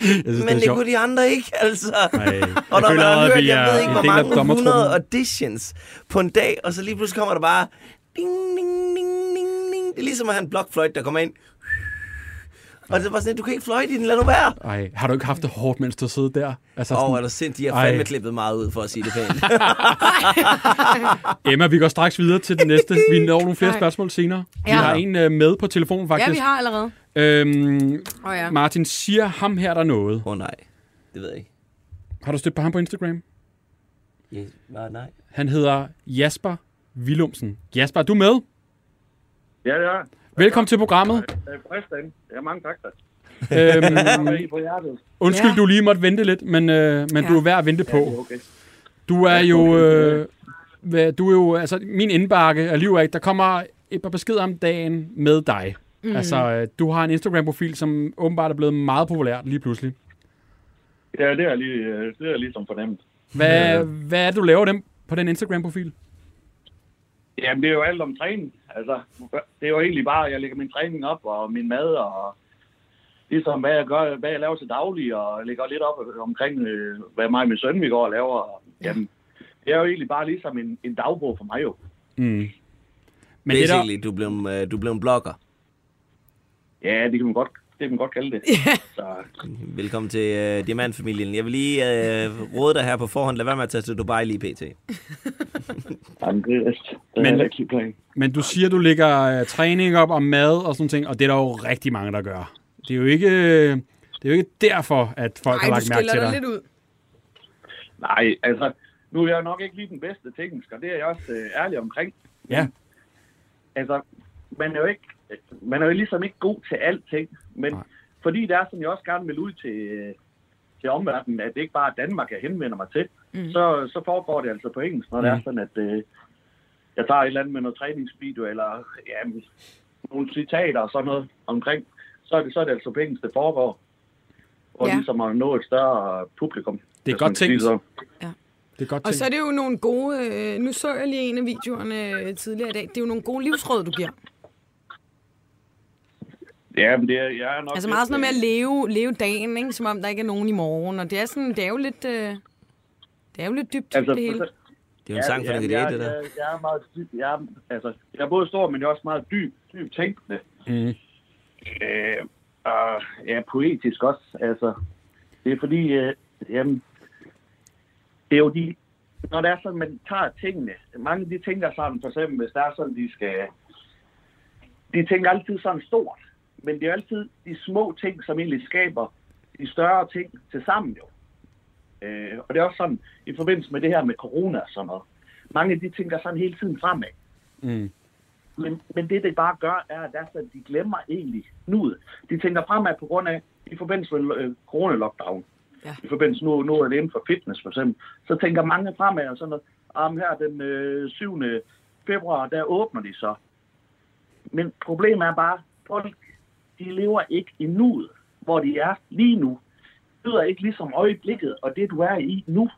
[SPEAKER 3] Jeg synes,
[SPEAKER 5] men
[SPEAKER 3] det
[SPEAKER 5] det
[SPEAKER 3] er sjovt.
[SPEAKER 5] kunne de andre ikke, altså.
[SPEAKER 3] Ej,
[SPEAKER 5] Og når man har hørt,
[SPEAKER 3] vi
[SPEAKER 5] jeg ved
[SPEAKER 3] er
[SPEAKER 5] ikke,
[SPEAKER 3] en
[SPEAKER 5] hvor
[SPEAKER 3] del af
[SPEAKER 5] mange
[SPEAKER 3] dommertruppen.
[SPEAKER 5] 100 auditions på en dag, og så lige pludselig kommer der bare... Ding, ding, ding, ding, ding. Det er ligesom at have en blokfløjt, der kommer ind. Og det er bare sådan, lidt, du kan ikke fløjte i den, lad nu være.
[SPEAKER 3] Ej, har du ikke haft det hårdt, mens du har siddet der? Altså,
[SPEAKER 5] Åh,
[SPEAKER 3] sådan,
[SPEAKER 5] oh, er der sind, de har
[SPEAKER 3] Ej.
[SPEAKER 5] fandme klippet meget ud, for at sige det pænt.
[SPEAKER 3] Emma, vi går straks videre til den næste. Vi når nogle flere
[SPEAKER 4] Ej.
[SPEAKER 3] spørgsmål senere. Vi
[SPEAKER 4] Ja.
[SPEAKER 3] har en øh, med på telefonen, faktisk.
[SPEAKER 4] ja, vi har allerede.
[SPEAKER 3] Øhm,
[SPEAKER 4] Åh oh, ja.
[SPEAKER 3] Martin, siger ham her der noget?
[SPEAKER 5] Åh oh, nej, det ved jeg ikke.
[SPEAKER 3] Har du stødt på ham på Instagram?
[SPEAKER 5] Ja, nej, nej.
[SPEAKER 3] Han hedder Jasper Willumsen. Jasper, er du med?
[SPEAKER 6] Ja, det er.
[SPEAKER 3] Velkommen til programmet.
[SPEAKER 6] Jeg er frisk derinde. Ja, mange tak da.
[SPEAKER 3] Øhm,
[SPEAKER 6] I på hjertet.
[SPEAKER 3] undskyld,
[SPEAKER 4] Ja.
[SPEAKER 3] du lige måtte vente lidt, men, øh, men ja.
[SPEAKER 4] Ja.
[SPEAKER 3] du er værd at vente på.
[SPEAKER 6] Okay.
[SPEAKER 3] Du er jo... Øh, hvad- du er jo... Altså, min indbakke er liv ikke. Der kommer et par beskeder om dagen med dig. Mm. Altså, øh, du har en Instagram-profil, som åbenbart er blevet meget populært lige pludselig.
[SPEAKER 6] Ja, det er, lige, øh, det er ligesom fornemt.
[SPEAKER 3] Hvad, hvad er det, du laver dem på den Instagram-profil?
[SPEAKER 6] Jamen, det er jo alt om træning. Altså, det er jo egentlig bare, at jeg lægger min træning op, og min mad, og ligesom hvad jeg, gør, hvad jeg laver til daglig, og jeg lægger lidt op omkring, øh, hvad mig og min søn vi går og laver. Og, jamen, det er jo egentlig bare ligesom en, en dagbog for mig jo.
[SPEAKER 3] Mm. Men det der,
[SPEAKER 5] Basically, du blev, en, øh, du blev en blogger.
[SPEAKER 6] Ja, det kan man godt, det kan man godt kalde det. Så,
[SPEAKER 5] Velkommen til øh, Diamantfamilien. Jeg vil lige øh, råde dig her på forhånd. Lad være med at tage til Dubai lige pt.
[SPEAKER 6] jamen, det, er- det
[SPEAKER 3] Men-
[SPEAKER 6] er rigtig plan.
[SPEAKER 3] men du siger, du lægger øh, træning op og mad og sådan ting, og det er der jo rigtig mange, der gør. Det er jo ikke, øh, det er jo ikke derfor, at folk har
[SPEAKER 4] Ej, du
[SPEAKER 3] lagt mærke
[SPEAKER 4] skiller
[SPEAKER 3] til
[SPEAKER 4] dig
[SPEAKER 3] dig.
[SPEAKER 4] lidt ud.
[SPEAKER 6] Nej, altså, nu er jeg nok ikke lige den bedste teknisk, og det er jeg også øh, ærlig omkring.
[SPEAKER 3] Ja.
[SPEAKER 6] altså, man er jo ikke, man er jo ligesom ikke god til alting, men
[SPEAKER 3] Nej.
[SPEAKER 6] Nej. fordi det er sådan, jeg også gerne vil ud til, øh, til omverdenen, at det ikke bare er Danmark, jeg henvender mig til, mm. så, så foregår det altså på engelsk, når mm. det er sådan, at øh, jeg tager et eller andet med noget træningsvideo, eller ja, nogle citater og sådan noget omkring, så er det, så er det altså på engelsk, det foregår. Og
[SPEAKER 4] Ja.
[SPEAKER 6] ja. ligesom at nå et større publikum. hvis
[SPEAKER 3] godt
[SPEAKER 6] man kan sige
[SPEAKER 3] tænkt.
[SPEAKER 6] sådan.
[SPEAKER 3] Det er godt
[SPEAKER 4] Og
[SPEAKER 3] ting.
[SPEAKER 4] så er det jo nogle gode... Øh, nu så jeg lige en af videoerne øh, tidligere i dag. Det er jo nogle gode livsråd, du giver.
[SPEAKER 6] Ja, men det er, jeg er nok...
[SPEAKER 4] Altså
[SPEAKER 6] lidt,
[SPEAKER 4] meget sådan noget med
[SPEAKER 6] øh,
[SPEAKER 4] at leve, leve dagen, ikke? som om der ikke er nogen i morgen. Og det er, sådan, det er jo lidt... Øh, det er jo lidt dybt, altså, det hele.
[SPEAKER 6] øh, så-
[SPEAKER 5] Det er jo en sang for ja,
[SPEAKER 6] jeg,
[SPEAKER 5] ja, det der.
[SPEAKER 6] Jeg, jeg, er meget dyb, jeg, er, altså, jeg er både stor, men jeg er også meget dyb, dyb tænkende.
[SPEAKER 3] Mm.
[SPEAKER 6] Øh, og ja, poetisk også. Altså, det er fordi, øh, jamen, det er jo de, når det er sådan, man tager tingene, mange af de ting, der er sammen, for eksempel, hvis der er sådan, de skal, de tænker altid sådan stort, men det er jo altid de små ting, som egentlig skaber de større ting til sammen jo. Øh, og det er også sådan, i forbindelse med det her med corona og sådan noget, mange af de ting, der er sådan hele tiden fremad.
[SPEAKER 3] Mm.
[SPEAKER 6] Men, men det, det bare gør, er, at altså, de glemmer egentlig nuet. De tænker fremad på grund af, i forbindelse med øh, coronalockdown,
[SPEAKER 4] Ja.
[SPEAKER 6] ja. i forbindelse nu, nu er det inden for fitness for eksempel, så tænker mange fremad og sådan noget, om her den øh, 7. februar, der åbner de så. Men problemet er bare, folk, de lever ikke i nuet, hvor de er lige nu. De lyder ikke ligesom øjeblikket, og det du er i nu.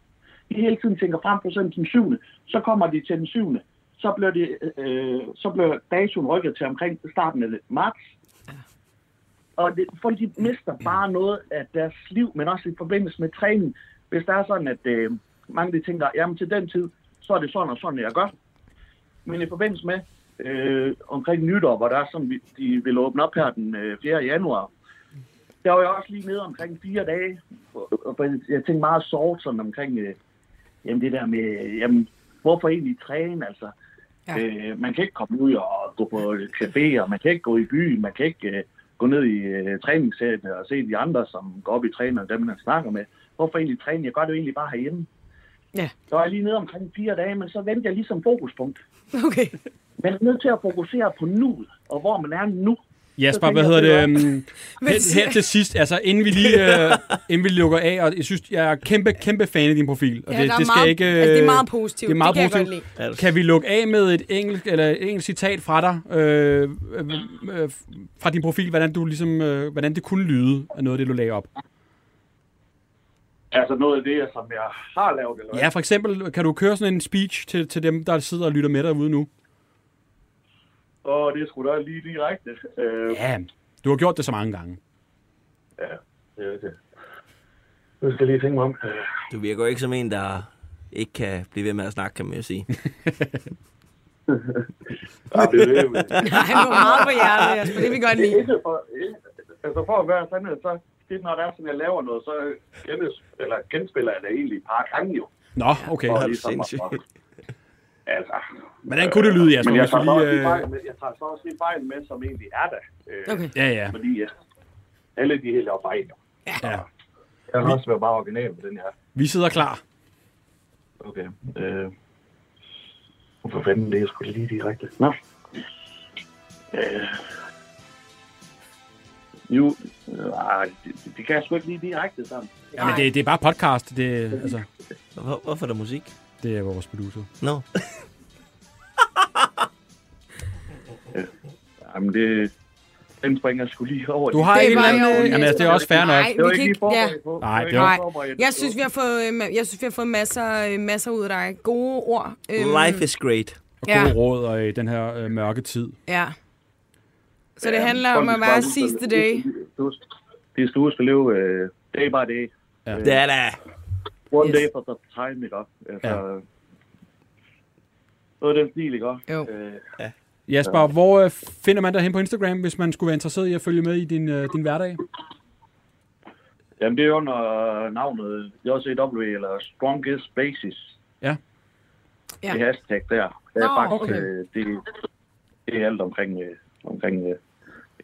[SPEAKER 6] De hele tiden tænker frem på sådan den 7. Så kommer de til den 7. Så bliver, det, øh, så bliver datoen rykket til omkring starten af marts. Og det, folk de mister bare noget af deres liv, men også i forbindelse med træning. Hvis der er sådan, at øh, mange de tænker, jamen til den tid, så er det sådan og sådan, jeg gør. Men i forbindelse med øh, omkring nytår, hvor der er sådan, vi- de vil åbne op her den øh, 4. januar, der var jeg også lige nede omkring fire dage, og, og jeg tænkte meget sort sådan omkring øh, jamen det der med, øh, jamen, hvorfor egentlig træne, altså.
[SPEAKER 4] Ja.
[SPEAKER 6] Ja. Øh, man kan ikke komme ud og gå på caféer, man kan ikke gå i byen, man kan ikke øh, gå ned i øh, træningssætten og se de andre, som går op i træner, dem man snakker med. Hvorfor egentlig træne? Jeg gør det jo egentlig bare herhjemme.
[SPEAKER 4] Ja.
[SPEAKER 6] Så var jeg lige nede omkring fire dage, men så vendte jeg ligesom fokuspunkt.
[SPEAKER 4] Okay.
[SPEAKER 6] Man er nødt til at fokusere på nuet, og hvor man er nu.
[SPEAKER 3] Jasper,
[SPEAKER 6] tænker
[SPEAKER 3] hvad
[SPEAKER 6] jeg,
[SPEAKER 3] hedder
[SPEAKER 6] det
[SPEAKER 3] det?
[SPEAKER 6] var-
[SPEAKER 3] øhm, [LAUGHS] Her, her til sidst, altså inden vi lige øh, inden vi lukker af, og jeg synes, jeg er kæmpe, kæmpe fan af din profil. Og
[SPEAKER 4] Ja,
[SPEAKER 3] det,
[SPEAKER 4] der er
[SPEAKER 3] det skal
[SPEAKER 4] meget-
[SPEAKER 3] ikke, øh,
[SPEAKER 4] altså, det er meget positivt.
[SPEAKER 3] Det er meget
[SPEAKER 4] Det kan jeg
[SPEAKER 3] positivt.
[SPEAKER 4] godt
[SPEAKER 5] Er du-
[SPEAKER 3] Kan vi lukke af med et engelsk, eller et engelsk citat fra dig, øh, øh, øh, fra din profil, hvordan, du ligesom, øh, hvordan det kunne lyde af noget af det, du lagde op?
[SPEAKER 8] Altså noget af det, som jeg har lavet, eller hvad?
[SPEAKER 3] Ja, for eksempel, kan du køre sådan en speech til, til dem, der sidder og lytter med derude nu?
[SPEAKER 8] Og det er sgu da lige direkte. Øh,
[SPEAKER 3] Ja, du har gjort det så mange gange.
[SPEAKER 8] ja. det er det. Nu skal jeg lige tænke mig om. Øh,
[SPEAKER 5] Du virker jo ikke som en, der ikke kan blive ved med at snakke, kan man jo sige.
[SPEAKER 8] ja, det er [LAUGHS] det, men-
[SPEAKER 4] Nej, hvor meget på hjertet, Jasper. Det vil vi godt lide.
[SPEAKER 8] ikke for, ikke, altså for at være sandhed, så det, når der er sådan, jeg laver noget, så gennes, eller genspiller jeg det egentlig et par gange jo.
[SPEAKER 3] Nå, okay.
[SPEAKER 8] For
[SPEAKER 5] er du
[SPEAKER 8] ligesom at-
[SPEAKER 5] sindssyg.
[SPEAKER 8] Altså,
[SPEAKER 3] Hvordan kunne det lyde, Jasper?
[SPEAKER 8] men jeg
[SPEAKER 3] Hvis vi
[SPEAKER 8] tager, så også
[SPEAKER 3] lige,
[SPEAKER 8] lige
[SPEAKER 3] øh...
[SPEAKER 8] fejl med, jeg tager så også lige fejl med, som egentlig er der. Øh,
[SPEAKER 4] Okay.
[SPEAKER 3] Ja, ja.
[SPEAKER 8] Fordi ja, alle de her laver fejl jo.
[SPEAKER 3] Ja.
[SPEAKER 8] Jeg har også været bare original med den her.
[SPEAKER 3] Vi sidder klar.
[SPEAKER 8] Okay. Øh, for fanden, det er sgu da lige direkte. Nå. Øh. Jo, øh, det, det, det kan jeg sgu ikke lige direkte sammen.
[SPEAKER 3] Ja, men det, det er bare podcast. Det, altså,
[SPEAKER 5] Hvor, hvorfor er der musik?
[SPEAKER 3] det er vores producer.
[SPEAKER 5] Nå,
[SPEAKER 3] Øhm.
[SPEAKER 8] Jamen, det, den springer jeg sgu lige over.
[SPEAKER 3] Du har
[SPEAKER 4] Det
[SPEAKER 3] en eller
[SPEAKER 4] var jo
[SPEAKER 3] anden...
[SPEAKER 4] næsten-
[SPEAKER 3] Jamen, altså, det er også fair nok.
[SPEAKER 4] Nej,
[SPEAKER 8] det var
[SPEAKER 4] vi
[SPEAKER 8] ikke
[SPEAKER 4] kan ikke...
[SPEAKER 8] lige
[SPEAKER 4] Ja.
[SPEAKER 8] forberedt på.
[SPEAKER 3] Nej,
[SPEAKER 8] var
[SPEAKER 3] det
[SPEAKER 8] ikke
[SPEAKER 3] var-
[SPEAKER 4] Nej,
[SPEAKER 8] lige forberedt
[SPEAKER 4] jeg
[SPEAKER 8] på.
[SPEAKER 4] synes, vi har fået, øh, jeg synes, vi har fået masser, øh, masser ud af dig. Gode ord. Øhm,
[SPEAKER 5] life is great.
[SPEAKER 3] Og
[SPEAKER 4] Ja.
[SPEAKER 3] gode råd og i den her øh, mørke tid.
[SPEAKER 4] Ja. Så det
[SPEAKER 8] Ja,
[SPEAKER 4] handler om
[SPEAKER 8] folk
[SPEAKER 4] at
[SPEAKER 8] skal
[SPEAKER 4] være
[SPEAKER 8] huske
[SPEAKER 4] sidste
[SPEAKER 8] huske-
[SPEAKER 4] dag.
[SPEAKER 8] huske- De skal huske at leve øh, day by day.
[SPEAKER 5] Det er da.
[SPEAKER 8] One
[SPEAKER 4] Yes.
[SPEAKER 8] day for the time, ikke også? Altså, ja. Noget af den stil, ikke også?
[SPEAKER 4] Jo.
[SPEAKER 8] Øh,
[SPEAKER 3] Jasper, hvor øh, finder man dig hen på Instagram, hvis man skulle være interesseret i at følge med i din, øh, din hverdag?
[SPEAKER 8] jamen, det er under navnet JCW, eller Strongest Basis.
[SPEAKER 3] Ja.
[SPEAKER 4] Ja.
[SPEAKER 8] Det hashtag der. Det
[SPEAKER 4] Nå,
[SPEAKER 8] er faktisk,
[SPEAKER 4] okay.
[SPEAKER 8] øh, det, det er alt omkring, øh, omkring øh,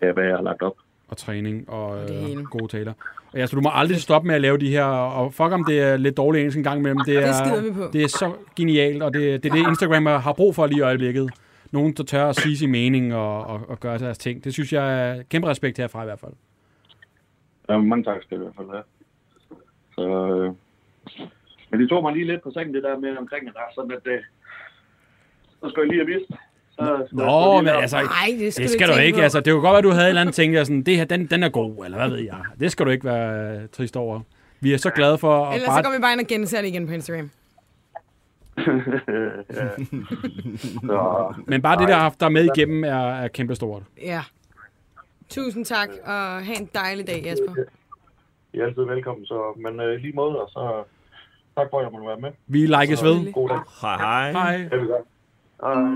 [SPEAKER 8] ja, hvad jeg har lagt op.
[SPEAKER 3] og træning og
[SPEAKER 4] det
[SPEAKER 3] øh,
[SPEAKER 4] hele.
[SPEAKER 3] gode taler. Og altså, du må aldrig stoppe med at lave de her, og fuck om det er lidt dårligt engelsk en gang imellem. Det, er,
[SPEAKER 4] skider vi på.
[SPEAKER 3] Det er så genialt, og det, det er det, Instagram har brug for lige i øjeblikket. Nogen, der tør at sige sin mening og, og, og gøre deres ting. Det synes jeg er kæmpe respekt herfra i hvert fald.
[SPEAKER 8] Ja, mange tak skal det i hvert fald være. Så, øh, men det tog mig lige lidt på sengen, det der med omkring, at der er sådan, at øh, så skal jeg lige have vist. Så, skal jeg sgu
[SPEAKER 3] Nå,
[SPEAKER 8] lige
[SPEAKER 3] men
[SPEAKER 8] lave-
[SPEAKER 3] altså,
[SPEAKER 4] Nej, det skal,
[SPEAKER 3] det skal du
[SPEAKER 4] tænke
[SPEAKER 3] ikke.
[SPEAKER 4] på.
[SPEAKER 3] Altså, det kunne godt være, du havde et eller andet ting, der sådan, det her, den, den er god, eller hvad ved jeg. Det skal du ikke være øh, trist over. Vi er så glade for at
[SPEAKER 4] Ellers så går
[SPEAKER 3] bare...
[SPEAKER 4] vi bare ind og genser det igen på Instagram.
[SPEAKER 8] [LAUGHS] ja. så,
[SPEAKER 3] Men bare det, der har haft dig med igennem, er, er kæmpestort.
[SPEAKER 4] Ja. Tusind tak, og have en dejlig dag, Jasper.
[SPEAKER 8] I er altid velkommen, så, men øh, i lige måde, og så tak for, at jeg måtte være med.
[SPEAKER 3] Vi likes ved.
[SPEAKER 8] God dag.
[SPEAKER 5] Hej, hej.
[SPEAKER 3] Hej.
[SPEAKER 8] Ja, vi gør. Hej.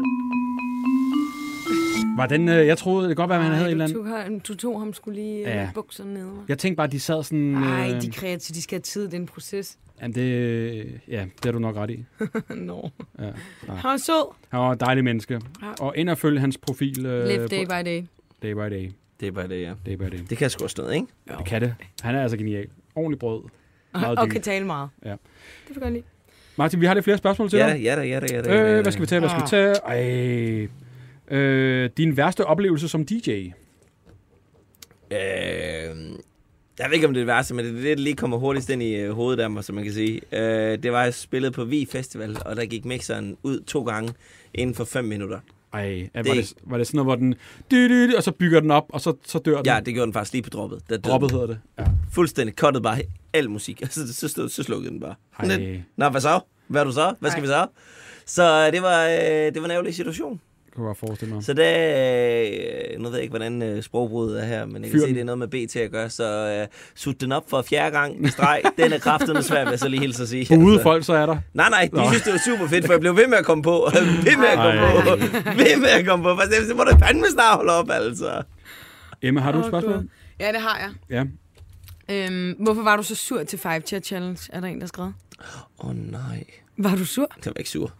[SPEAKER 3] Var den, øh, jeg troede, det kan godt være, at han havde et
[SPEAKER 4] Ej,
[SPEAKER 3] eller
[SPEAKER 4] du,
[SPEAKER 3] andet.
[SPEAKER 4] tog, ham- du tog ham skulle lige øh,
[SPEAKER 3] Ja.
[SPEAKER 4] ja. bukserne ned. hva'?
[SPEAKER 3] Jeg tænkte bare, at de sad sådan...
[SPEAKER 4] Ej,
[SPEAKER 3] øh,
[SPEAKER 4] de er kreative, de skal have tid, det er en proces.
[SPEAKER 3] [LAUGHS] jamen, det, øh, ja, det har du nok ret i.
[SPEAKER 4] Nå.
[SPEAKER 3] Ja,
[SPEAKER 4] Han var sød.
[SPEAKER 3] Han var en dejlig menneske. Og ind og følge hans profil øh,
[SPEAKER 4] Live day
[SPEAKER 3] på,
[SPEAKER 4] by day.
[SPEAKER 3] day by day.
[SPEAKER 5] Det er bare det, ja.
[SPEAKER 3] Day by day.
[SPEAKER 5] Det kan sgu også noget, ikke?
[SPEAKER 3] Det kan det. Han er altså genial. Ordentlig brød.
[SPEAKER 4] [LAUGHS]
[SPEAKER 3] Meget
[SPEAKER 4] Og
[SPEAKER 3] dyb.
[SPEAKER 4] kan tale meget.
[SPEAKER 3] Ja.
[SPEAKER 4] Det vil jeg godt lide.
[SPEAKER 3] Martin, vi har lidt flere spørgsmål til
[SPEAKER 5] Ja,
[SPEAKER 3] dig.
[SPEAKER 5] ja da, ja da, ja da. ja da, ja
[SPEAKER 3] Øh,
[SPEAKER 5] da.
[SPEAKER 3] hvad skal vi tage? Hvad skal vi tage? Ej. Øh, din værste oplevelse som DJ?
[SPEAKER 5] Øh, jeg ved ikke, om det er det værste, men det er det, der lige kommer hurtigst ind i øh, hovedet af mig, som man kan sige. Øh, det var, at jeg spillede på Vi Festival, og der gik mixeren ud to gange inden for fem minutter.
[SPEAKER 3] Ej, er, var,
[SPEAKER 5] Det-
[SPEAKER 3] det, var det sådan noget, hvor den... dy- dy- dy, Og så bygger den op, og så, så dør den.
[SPEAKER 5] Ja, det gjorde den faktisk lige på droppet. Der døde
[SPEAKER 3] Droppet
[SPEAKER 5] den
[SPEAKER 3] hedder det. Ja.
[SPEAKER 5] Fuldstændig cuttet bare al musik, [LAUGHS] og så, så, så, så slukkede den bare.
[SPEAKER 3] Ej.
[SPEAKER 5] Sådan lidt, Nå, hvad så? Hvad er du så? Hvad skal vi så? Så øh, det var, øh, det var en ærgerlig situation.
[SPEAKER 3] Kan jeg godt forestille mig.
[SPEAKER 5] Mm. Så det, øh, nu ved jeg ikke, hvordan øh, sprogbruget er her, men jeg
[SPEAKER 3] Fyr
[SPEAKER 5] kan se,
[SPEAKER 3] den.
[SPEAKER 5] det er noget med B til at gøre, så øh, sut den op for fjerde gang i streg. [LAUGHS] den er kraftedeme svær, vil jeg så lige hilse at sige.
[SPEAKER 3] Ude
[SPEAKER 5] Altså.
[SPEAKER 3] folk, så er der.
[SPEAKER 5] Nej, nej, de
[SPEAKER 3] Nå.
[SPEAKER 5] synes, det var super fedt, for jeg blev ved med at komme på. [LAUGHS] ved med at komme
[SPEAKER 3] Ej.
[SPEAKER 5] på. ved med at komme på. For det må du fandme snart holde op, altså.
[SPEAKER 3] Emma, har du et
[SPEAKER 4] Åh,
[SPEAKER 3] spørgsmål?
[SPEAKER 4] Gud. Ja, det har jeg.
[SPEAKER 3] Ja.
[SPEAKER 4] Øhm, hvorfor var du så sur til 5 Chair Challenge? Er der en, der skrev?
[SPEAKER 5] Åh oh, nej,
[SPEAKER 4] Var du sur?
[SPEAKER 5] [LAUGHS] jeg var ikke sur.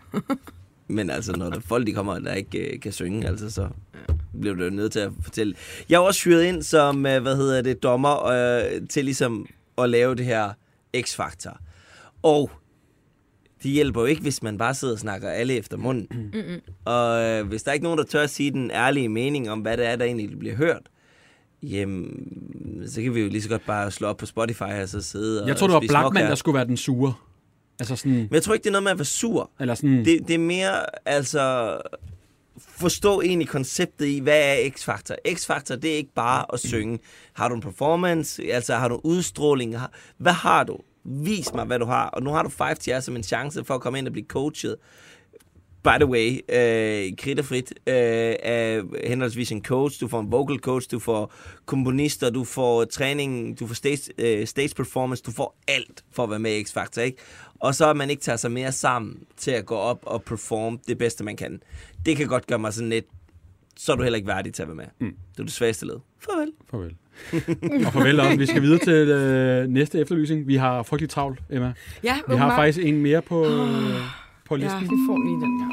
[SPEAKER 5] Men altså, når der folk de kommer, der ikke øh, kan synge, altså, så blev du jo nødt til at fortælle. Jeg var også hyret ind som, øh, hvad hedder det, dommer øh, til ligesom at lave det her X-Factor. Og det hjælper jo ikke, hvis man bare sidder og snakker alle efter munden. Og øh, hvis der er ikke nogen, der tør at sige den ærlige mening om, hvad det er, der egentlig bliver hørt, jamen, så kan vi jo lige så godt bare slå op på Spotify og så sidde og
[SPEAKER 3] Jeg tror, det var
[SPEAKER 5] spise
[SPEAKER 3] Blackman,
[SPEAKER 5] småkager.
[SPEAKER 3] der skulle være den sure. Altså sådan...
[SPEAKER 5] Men jeg tror ikke, det er noget med at være sur.
[SPEAKER 3] Eller sådan...
[SPEAKER 5] Det, det er mere, altså, forstå egentlig konceptet i, hvad er X-Factor? X-Factor, det er ikke bare at synge. Har du en performance? Altså, har du udstråling? Har- Hvad har du? Vis mig, hvad du har. Og nu har du 5TR som en chance for at komme ind og blive coachet. By the way, øh, kritterfrit øh, af henholdsvis en coach, du får en vocal coach, du får komponister, du får træning, du får stage, øh, stage performance, du får alt for at være med i X-Factor, ikke? Og så at man ikke tager sig mere sammen til at gå op og performe det bedste, man kan. Det kan godt gøre mig sådan lidt, så er du heller ikke værdig til at være med. Mm. Du er det svageste led. Farvel.
[SPEAKER 3] Farvel. og farvel også. Vi skal videre til øh, næste efterlysning. Vi har frygtelig travlt, Emma.
[SPEAKER 4] Ja,
[SPEAKER 3] Vi har
[SPEAKER 4] åbenbart.
[SPEAKER 3] faktisk en mere på, øh, på
[SPEAKER 4] Ja,
[SPEAKER 3] listen.
[SPEAKER 4] vi får lige den her.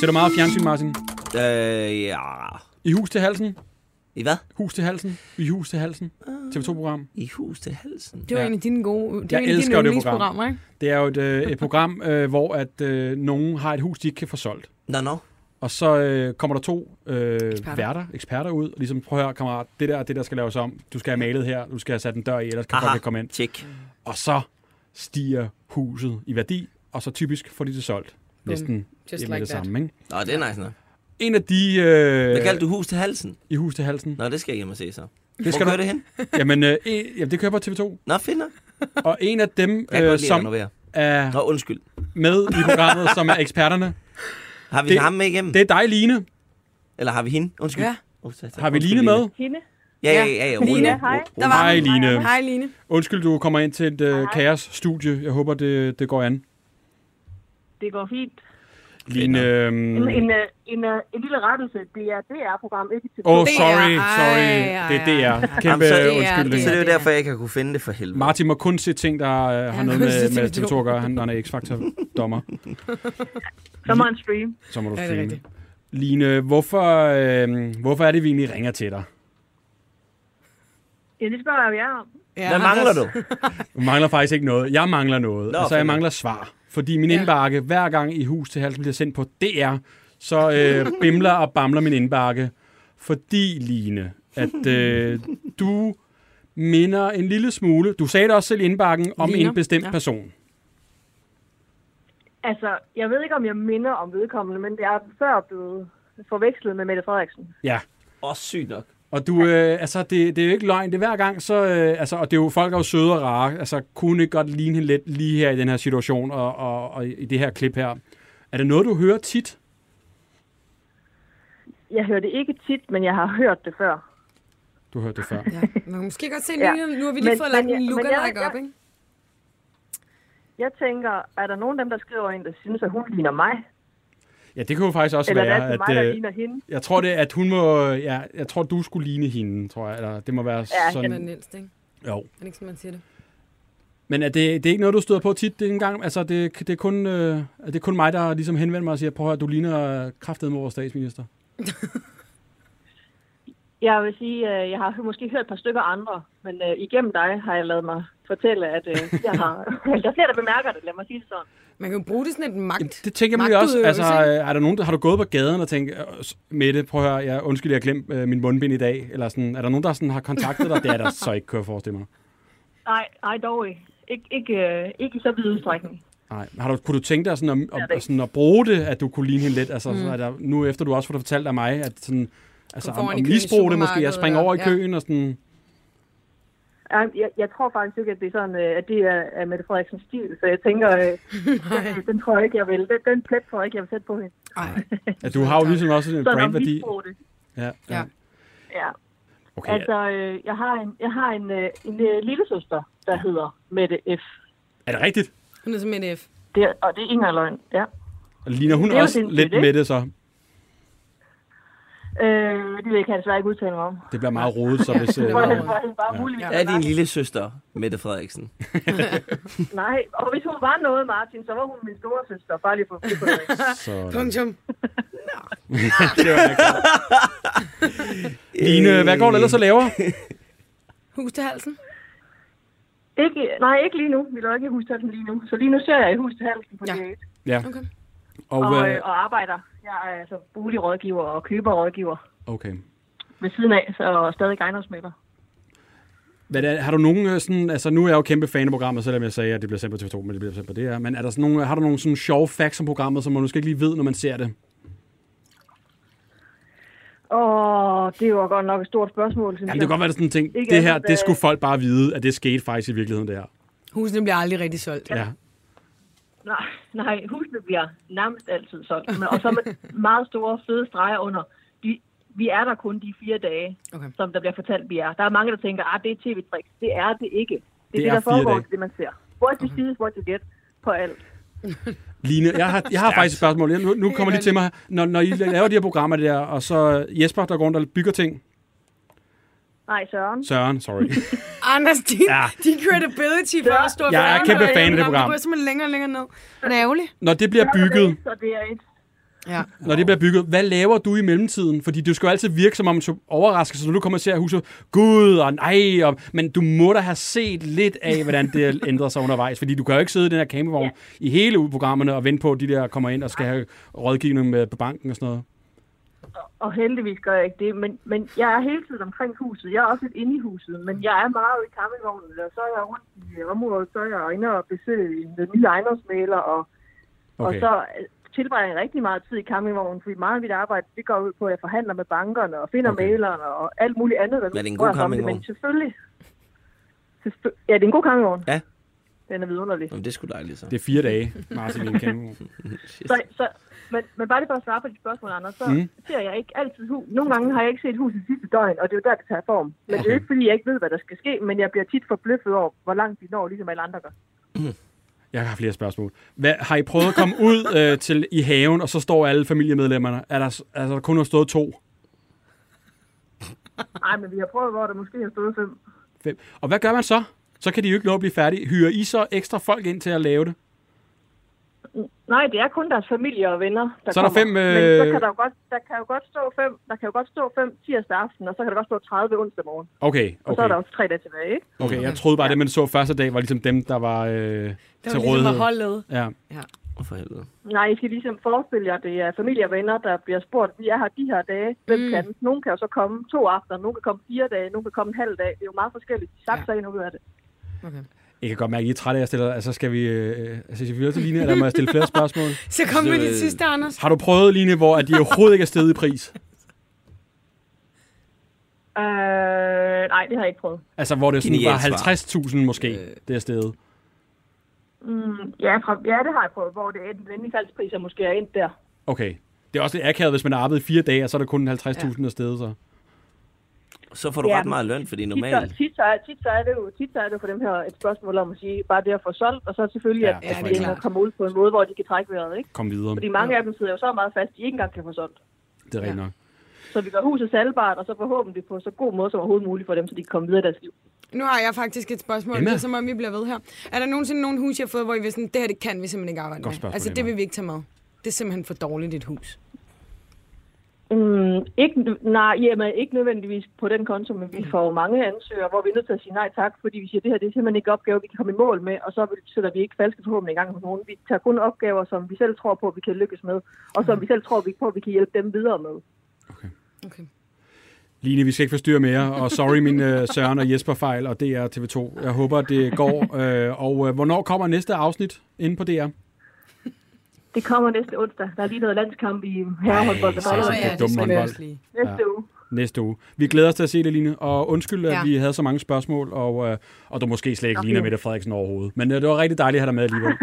[SPEAKER 3] Ser du meget fjernsyn, Martin?
[SPEAKER 5] Øh, ja.
[SPEAKER 3] I hus til halsen?
[SPEAKER 5] I hvad?
[SPEAKER 3] Hus til halsen? I hus til halsen?
[SPEAKER 5] Ah.
[SPEAKER 3] TV2-program.
[SPEAKER 5] I hus til halsen.
[SPEAKER 4] Det var
[SPEAKER 3] Ja.
[SPEAKER 4] en af dine gode... Det var
[SPEAKER 3] Jeg
[SPEAKER 4] en af
[SPEAKER 3] elsker
[SPEAKER 4] dine
[SPEAKER 3] jo det
[SPEAKER 4] yndlingsprogrammer, ikke?
[SPEAKER 3] Det er jo et, øh, et
[SPEAKER 5] [LAUGHS]
[SPEAKER 3] program, øh, hvor at øh, nogen har et hus, de ikke kan få solgt.
[SPEAKER 5] Nå, nå.
[SPEAKER 3] Og så øh, kommer der to øh, eksperter. værter, eksperter ud, og ligesom, prøv at høre, kammerat, det der, det der skal laves om. Du skal have malet her, du skal have sat en dør i, ellers kan Aha. folk ikke komme ind.
[SPEAKER 5] Tjek.
[SPEAKER 3] Og så stiger huset i værdi, og så typisk får de det solgt. Næsten
[SPEAKER 4] Just
[SPEAKER 3] Just
[SPEAKER 4] like
[SPEAKER 3] like det
[SPEAKER 4] that.
[SPEAKER 3] samme, ikke?
[SPEAKER 5] Nå, det er nice nok.
[SPEAKER 3] En af de
[SPEAKER 5] Hvad
[SPEAKER 3] øh,
[SPEAKER 5] kaldte du hus til halsen?
[SPEAKER 3] i hus til halsen. [LAUGHS]
[SPEAKER 5] Nå, det skal jeg hjem og se så.
[SPEAKER 3] Det
[SPEAKER 5] Hvor
[SPEAKER 3] skal
[SPEAKER 5] kører
[SPEAKER 3] du.
[SPEAKER 5] det hen?
[SPEAKER 3] Jamen, øh, en, jamen, det kører på TV2.
[SPEAKER 5] Nå, fint nok.
[SPEAKER 3] Og en af dem,
[SPEAKER 5] Jeg
[SPEAKER 3] øh,
[SPEAKER 5] kan godt lide at
[SPEAKER 3] som
[SPEAKER 5] renovere.
[SPEAKER 3] er
[SPEAKER 5] Nå, undskyld.
[SPEAKER 3] med i programmet, som er eksperterne,
[SPEAKER 5] Har vi
[SPEAKER 3] Det-
[SPEAKER 5] det, ham med igennem?
[SPEAKER 3] det
[SPEAKER 5] Det,
[SPEAKER 3] er dig, Line.
[SPEAKER 5] Eller har vi hende? Undskyld.
[SPEAKER 4] Ja.
[SPEAKER 5] Oh, så, så.
[SPEAKER 3] Har vi
[SPEAKER 5] Undskyld,
[SPEAKER 3] Line med?
[SPEAKER 9] Hende.
[SPEAKER 5] Ja, ja, ja. ja. Rolig
[SPEAKER 4] Line,
[SPEAKER 5] nu.
[SPEAKER 9] hej.
[SPEAKER 5] Ro- ro-
[SPEAKER 4] Der var
[SPEAKER 3] Hej,
[SPEAKER 4] den.
[SPEAKER 3] Line.
[SPEAKER 4] Hej, Line.
[SPEAKER 3] Undskyld, du kommer ind til et øh, kaos-studie. Jeg håber, det, det går an.
[SPEAKER 7] Det går fint.
[SPEAKER 3] Line, øh,
[SPEAKER 7] En, en, øh, en, øh, en lille rettelse, det er DR-program, ikke til
[SPEAKER 3] oh,
[SPEAKER 7] TV2.
[SPEAKER 3] sorry,
[SPEAKER 4] Ej,
[SPEAKER 3] sorry.
[SPEAKER 4] ej,
[SPEAKER 3] Det er
[SPEAKER 4] ej.
[SPEAKER 3] DR. Kæmpe
[SPEAKER 5] Jamen, så-
[SPEAKER 3] øh,
[SPEAKER 5] DR,
[SPEAKER 3] undskyldning.
[SPEAKER 5] Så det er jo
[SPEAKER 4] Ja.
[SPEAKER 5] derfor, jeg ikke har kunne finde det for helvede.
[SPEAKER 3] Martin må kun se ting, der øh, har
[SPEAKER 4] han
[SPEAKER 3] noget
[SPEAKER 4] kun se
[SPEAKER 3] med, med
[SPEAKER 4] TV2.
[SPEAKER 3] TV2 at gøre. Han, han er
[SPEAKER 4] [LAUGHS]
[SPEAKER 3] X-Factor-dommer.
[SPEAKER 7] Så må han streame.
[SPEAKER 3] Så må du
[SPEAKER 4] Ja, det er
[SPEAKER 3] streame.
[SPEAKER 4] rigtigt.
[SPEAKER 3] Line, hvorfor, øh, hvorfor er det, vi egentlig ringer til dig?
[SPEAKER 7] Ja, det spørger jeg jer om.
[SPEAKER 4] Ja,
[SPEAKER 5] Hvad
[SPEAKER 4] Anders.
[SPEAKER 5] mangler du?
[SPEAKER 3] Du mangler faktisk ikke noget. Jeg mangler noget.
[SPEAKER 5] Nå,
[SPEAKER 3] Nå, altså, jeg
[SPEAKER 5] fint.
[SPEAKER 3] mangler svar. Fordi min ja. indbakke, hver gang i hus til halsen bliver sendt på DR, så øh, bimler og bamler min indbakke. Fordi, Line, at øh, du minder en lille smule, du sagde det også selv i indbakken, om
[SPEAKER 4] Ligner.
[SPEAKER 3] en bestemt
[SPEAKER 4] Ja.
[SPEAKER 3] ja. person.
[SPEAKER 7] Altså, jeg ved ikke, om jeg minder om vedkommende, men jeg er før blevet forvekslet med Mette Frederiksen.
[SPEAKER 3] Ja.
[SPEAKER 5] Åh, sygt nok.
[SPEAKER 3] Og du, øh, altså, det, det er jo ikke løgn. Det er hver gang, så... Øh, altså, og det er jo, folk er jo søde og rare. Altså, kunne ikke godt ligne hende lidt lige her i den her situation og, og, og i det her klip her. Er det noget, du hører tit?
[SPEAKER 7] Jeg hører det ikke tit, men jeg har hørt det før.
[SPEAKER 3] Du hørte det før.
[SPEAKER 4] Ja, man kan måske godt se,
[SPEAKER 7] Ja.
[SPEAKER 4] Line, nu har vi lige
[SPEAKER 7] Men-
[SPEAKER 4] fået lagt
[SPEAKER 7] men
[SPEAKER 4] en
[SPEAKER 7] jeg-
[SPEAKER 4] look
[SPEAKER 7] men jeg-
[SPEAKER 4] like op,
[SPEAKER 7] jeg-
[SPEAKER 4] ikke?
[SPEAKER 7] Jeg tænker, er der nogen af dem, der skriver ind, der synes, at hun ligner mig?
[SPEAKER 3] Ja, det kunne jo faktisk også
[SPEAKER 7] Eller er
[SPEAKER 3] være,
[SPEAKER 7] det
[SPEAKER 3] at...
[SPEAKER 7] mig, der
[SPEAKER 3] Øh,
[SPEAKER 7] ligner hende?
[SPEAKER 3] jeg tror, det, er, at hun må... Ja, jeg tror, du skulle ligne hende, tror jeg. Eller det må være
[SPEAKER 7] Ja,
[SPEAKER 3] sådan...
[SPEAKER 4] Men Nielsen, ikke?
[SPEAKER 3] Jo.
[SPEAKER 4] Er det ikke sådan, man siger det?
[SPEAKER 3] Men er det, det er ikke noget, du støder på tit? Det er, engang, altså, det, det er, kun, øh, er det kun mig, der ligesom henvender mig og siger, prøv at høre, du ligner kraftedeme vores statsminister.
[SPEAKER 7] Jeg vil sige, øh, jeg har måske hørt et par stykker andre, men øh, igennem dig har jeg lavet mig fortælle, at øh, jeg har... [LAUGHS] der er flere, der bemærker det, lad mig sige det sådan.
[SPEAKER 4] Man kan jo bruge det sådan et magt.
[SPEAKER 3] Jamen, det tænker jeg nemlig også.
[SPEAKER 4] magtudøvelse,
[SPEAKER 3] Altså, øh, er der nogen, der, har du gået på gaden og tænkt, "Øh, s- Mette, prøv at høre, jeg, undskyld, jeg har glemt øh, min mundbind i dag? Eller sådan, er der nogen, der sådan, har kontaktet dig? Det er der så ikke, kan jeg forestille mig.
[SPEAKER 7] Nej, nej dog ikke. Ik- ikke, øh, ikke i så vid udstrækning.
[SPEAKER 3] Nej. men Har du, kunne du tænke dig sådan at,
[SPEAKER 7] det
[SPEAKER 3] at, at,
[SPEAKER 7] ikke.
[SPEAKER 3] sådan at bruge det, at du kunne ligne hende lidt? Altså, mm. er der, nu efter du også får fortalt af mig, at sådan, altså,
[SPEAKER 4] foran
[SPEAKER 3] om,
[SPEAKER 4] i
[SPEAKER 3] om
[SPEAKER 4] køen i
[SPEAKER 3] misbrug det måske, at
[SPEAKER 4] supermarkedet,
[SPEAKER 3] springe over i
[SPEAKER 4] ja.
[SPEAKER 3] køen og sådan...
[SPEAKER 7] Ja, Jeg, jeg tror faktisk ikke, at det er sådan, øh, at det er, er Mette Frederiksens stil, så jeg tænker, [LAUGHS] øh, den, den tror jeg ikke, jeg vil. Den, den plet tror jeg ikke, jeg vil sætte på hende.
[SPEAKER 3] øh, [LAUGHS]
[SPEAKER 4] Ej,
[SPEAKER 3] At du har jo ligesom også en
[SPEAKER 7] Sådan om
[SPEAKER 3] brandværdi.
[SPEAKER 7] misbrug det.
[SPEAKER 3] Ja,
[SPEAKER 4] ja.
[SPEAKER 3] ja.
[SPEAKER 7] Ja.
[SPEAKER 3] Okay,
[SPEAKER 7] Altså, øh, jeg har en, jeg har en, øh, en øh, lille søster, der hedder Mette F.
[SPEAKER 3] er det rigtigt?
[SPEAKER 4] Hun er som en F.
[SPEAKER 7] Det, er- og det er ingen løgn, ja.
[SPEAKER 3] Og ligner hun
[SPEAKER 7] Det er jo
[SPEAKER 3] også
[SPEAKER 7] sindssygt,
[SPEAKER 3] lidt
[SPEAKER 7] ikke?
[SPEAKER 3] med det så?
[SPEAKER 7] Øh, det vil jeg desværre ikke udtale mig om.
[SPEAKER 3] Det bliver meget rodet, så hvis... Øh,
[SPEAKER 7] For han var han bare muligvis.
[SPEAKER 5] Er din lille søster, Mette Frederiksen?
[SPEAKER 7] Nej, og hvis hun var noget, Martin, så var hun min store søster. Bare lige for at få det.
[SPEAKER 3] så,
[SPEAKER 4] Punktum.
[SPEAKER 3] Line, hvad går du ellers og
[SPEAKER 7] [LAUGHS]
[SPEAKER 3] laver?
[SPEAKER 7] Øh.
[SPEAKER 4] Hus til halsen.
[SPEAKER 7] Ikke, nej, ikke lige nu. Vi laver ikke i hus til halsen lige nu. Så lige nu ser jeg i hus til halsen på
[SPEAKER 4] Ja.
[SPEAKER 7] ja. date.
[SPEAKER 3] Ja,
[SPEAKER 4] Okay.
[SPEAKER 3] og,
[SPEAKER 7] Og, øh,
[SPEAKER 3] øh,
[SPEAKER 7] og arbejder. Jeg er altså boligrådgiver og køberrådgiver
[SPEAKER 3] okay.
[SPEAKER 7] ved siden af, så stadig ejendomsmælder.
[SPEAKER 3] Hvad er, har du nogen øh, sådan, altså nu er jeg jo kæmpe fan af programmet, selvom jeg sagde, at det bliver sendt på TV2, men det bliver sendt på DR, men er der sådan nogle, har du nogle sådan sjove facts om programmet, som man måske ikke lige ved, når man ser det?
[SPEAKER 7] Åh, det var godt nok et stort spørgsmål, synes
[SPEAKER 3] Jamen, det kan godt være, at sådan en ting,
[SPEAKER 7] Ikke
[SPEAKER 3] det her,
[SPEAKER 7] andet,
[SPEAKER 3] det
[SPEAKER 7] øh,
[SPEAKER 3] skulle folk bare vide, at det skete faktisk i virkeligheden, det her.
[SPEAKER 4] Husene bliver aldrig rigtig solgt.
[SPEAKER 3] Ja.
[SPEAKER 7] Nej, nej, husene bliver nærmest altid solgt. Men, og så med meget store, fede streger under. De, vi er der kun de fire dage,
[SPEAKER 4] Okay.
[SPEAKER 7] som der bliver fortalt, vi er. Der er mange, der tænker, at det er tv-trick. Det er det ikke. Det er det,
[SPEAKER 3] er
[SPEAKER 7] det der
[SPEAKER 3] fire
[SPEAKER 7] foregår,
[SPEAKER 3] dage.
[SPEAKER 7] det er det, man ser. What you see is what you get på alt.
[SPEAKER 3] Line, jeg har, jeg har faktisk et spørgsmål. Jeg- Nu, nu kommer lige til mig. Når, når I laver de her programmer der, og så Jesper, der går rundt og bygger ting.
[SPEAKER 7] Nej, Søren.
[SPEAKER 3] Søren, sorry.
[SPEAKER 7] [LAUGHS]
[SPEAKER 4] Anders, din,
[SPEAKER 3] Ja.
[SPEAKER 4] ja. din credibility for at stå
[SPEAKER 3] Jeg er kæmpe fan af det program.
[SPEAKER 4] Du går simpelthen længere og længere ned. Den er ærgerlig.
[SPEAKER 3] Når det bliver bygget,
[SPEAKER 7] Så det er et.
[SPEAKER 4] Ja.
[SPEAKER 3] når det bliver bygget, hvad laver du i mellemtiden? Fordi det skal jo altid virke som om en overraskelse, når du kommer til at huset. Gud og nej, og, men du må da have set lidt af, hvordan det [LAUGHS] ændrer sig undervejs. Fordi du kan jo ikke sidde i den her campingvogn ja. i hele uge programmerne og vente på, at de der kommer ind og skal have rådgivning med, på banken og sådan noget.
[SPEAKER 7] Og heldigvis gør jeg ikke det, men, men jeg er hele tiden omkring huset. Jeg er også lidt inde i huset, men jeg er meget ude i campingvognen, og så er jeg rundt i området, så er jeg inde og besøge en ny ejendomsmaler, og, okay. og
[SPEAKER 3] Okay.
[SPEAKER 7] så øh, tilbringer jeg rigtig meget tid i campingvognen, fordi meget af mit arbejde, det går ud på, at jeg forhandler med bankerne og finder
[SPEAKER 3] Okay.
[SPEAKER 7] okay. mailerne og alt muligt andet. Der
[SPEAKER 5] det en
[SPEAKER 7] spørger
[SPEAKER 5] god
[SPEAKER 7] os om det,
[SPEAKER 5] campingvogn?
[SPEAKER 7] Men selvfølgelig. selvfø- Ja, det er en god campingvogn.
[SPEAKER 5] Ja.
[SPEAKER 7] Den er vidunderlig.
[SPEAKER 5] Jamen, det er sgu dejligt så.
[SPEAKER 3] Det er fire dage, Martin, i en campingvogn.
[SPEAKER 7] Så, så, men, men bare lige for at svare på dit spørgsmål, Anders, så mm. ser jeg ikke altid hus. Nogle gange har jeg ikke set huset sidste døgn, og det er jo der, det tager form. Men det er jo ikke, fordi jeg ikke ved, hvad der skal ske, men jeg bliver tit forbløffet over, hvor langt de når, ligesom alle andre gør.
[SPEAKER 3] Jeg har flere spørgsmål. Hvad, har I prøvet at komme ud øh, til i haven, og så står alle familiemedlemmerne? Er der, s- altså, der kun har stået to?
[SPEAKER 7] Nej, men vi har prøvet, hvor der måske har stået fem.
[SPEAKER 3] Fem. Og hvad gør man så? Så kan de jo ikke nå at blive færdige. Hyrer I så ekstra folk ind til at lave det?
[SPEAKER 7] Nej, det er kun deres familie og venner, der
[SPEAKER 3] Så er der
[SPEAKER 7] kommer.
[SPEAKER 3] fem,
[SPEAKER 7] Men så
[SPEAKER 3] øh,
[SPEAKER 7] kan der, jo godt, der, kan jo godt stå fem, der kan jo godt stå fem tirsdag aften, og så kan der godt stå 30 onsdag morgen.
[SPEAKER 3] Okay,
[SPEAKER 7] Og okay. så er der
[SPEAKER 3] okay.
[SPEAKER 7] jo tre dage tilbage, ikke?
[SPEAKER 3] okay jeg troede bare, at det, man så første dag, var ligesom dem, der var øh, til
[SPEAKER 4] Det var
[SPEAKER 3] rådighed.
[SPEAKER 4] ligesom at holde
[SPEAKER 3] Ja.
[SPEAKER 5] Åh, For helvede.
[SPEAKER 7] Nej, I skal ligesom forestille jer, det er familie og venner, der bliver spurgt, vi er her de her dage, hvem mm. kan? Nogen kan jo så komme to aftener, nogen kan komme fire dage, nogen kan komme en halv dag. Det er jo meget forskelligt. De sagde
[SPEAKER 4] Ja.
[SPEAKER 7] sig ind og ud af det.
[SPEAKER 3] Jeg kan godt mærke, at I er trætte af, at jeg stiller. Altså, skal vi øh, altså, skal vi videre til Line, eller må jeg stille flere spørgsmål?
[SPEAKER 4] Så kom med
[SPEAKER 5] Så,
[SPEAKER 4] dit
[SPEAKER 5] øh,
[SPEAKER 4] sidste, Anders.
[SPEAKER 3] Har du prøvet, Line, hvor at de overhovedet ikke er steget i pris?
[SPEAKER 7] Øh, nej, det har jeg ikke prøvet.
[SPEAKER 3] Altså, hvor det sådan var
[SPEAKER 5] Genialt svar. Øh.
[SPEAKER 3] 50.000 måske, det er steget.
[SPEAKER 7] Ja, fra, ja, det har jeg prøvet, hvor det er den endelige salgspris, og måske er endt der.
[SPEAKER 3] Okay. Det er også lidt akavet, hvis man har arbejdet i fire dage, og så er der kun 50.000 der er steget, så.
[SPEAKER 5] Så får du
[SPEAKER 7] Ja,
[SPEAKER 5] ret meget løn, fordi
[SPEAKER 7] Tit, så,
[SPEAKER 5] normalt...
[SPEAKER 7] tit, så er, tit, så er det jo, tit så er det jo for dem her et spørgsmål om at sige, bare det at få solgt, og så selvfølgelig,
[SPEAKER 3] Ja,
[SPEAKER 7] ja, at,
[SPEAKER 3] det
[SPEAKER 7] at
[SPEAKER 3] er
[SPEAKER 7] de
[SPEAKER 4] klart.
[SPEAKER 7] ender- kommer ud på en måde, hvor de kan trække vejret, ikke?
[SPEAKER 3] Kom videre.
[SPEAKER 7] Fordi mange af dem sidder jo så meget fast, de ikke engang kan få solgt.
[SPEAKER 3] Det er rigtigt nok.
[SPEAKER 7] Så vi gør huset salgbart, og så forhåbentlig på så god måde som overhovedet muligt for dem, så de kan komme videre i deres liv.
[SPEAKER 4] Nu har jeg faktisk et spørgsmål,
[SPEAKER 3] Emma?
[SPEAKER 4] Emma? som om vi bliver ved her. Er der nogensinde nogle hus, jeg har fået, hvor I vil sådan, det her det kan vi simpelthen ikke arbejde
[SPEAKER 3] Godt
[SPEAKER 4] med?
[SPEAKER 3] spørgsmål,
[SPEAKER 4] Altså, det
[SPEAKER 3] Emma.
[SPEAKER 4] vil vi ikke tage med. Det er simpelthen for dårligt, dit hus.
[SPEAKER 7] Mm, ikke, nej, jamen, ikke nødvendigvis på den konto, men vi får jo mange ansøgere, hvor vi er nødt til at sige nej tak, fordi vi siger, at det her det er simpelthen ikke opgave, vi kan komme i mål med, og så vil- sætter vi ikke falske forhåbninger i gang hos nogen. Vi tager kun opgaver, som vi selv tror på, vi kan lykkes med, og som vi selv tror vi på, vi kan hjælpe dem videre med.
[SPEAKER 4] Okay.
[SPEAKER 3] Line, vi skal ikke forstyrre mere, og sorry min øh, Søren og Jesper fejl, og DR TV2. Jeg håber, det går. Øh, og øh, hvornår kommer næste afsnit inde på DR?
[SPEAKER 7] Det kommer næste onsdag. Der er lige noget landskamp i herrehåndbold. der
[SPEAKER 3] Ej,
[SPEAKER 7] holder
[SPEAKER 3] så
[SPEAKER 7] her
[SPEAKER 3] kan dumme håndbold
[SPEAKER 7] Næste uge.
[SPEAKER 3] næste uge. Vi glæder os til at se det, Line, og undskyld, at
[SPEAKER 4] Ja.
[SPEAKER 3] vi havde så mange spørgsmål, og, øh, og du måske slet ikke ligner Mette Frederiksen overhovedet. Men øh, det var rigtig dejligt at have dig med
[SPEAKER 4] [LAUGHS]
[SPEAKER 3] alligevel.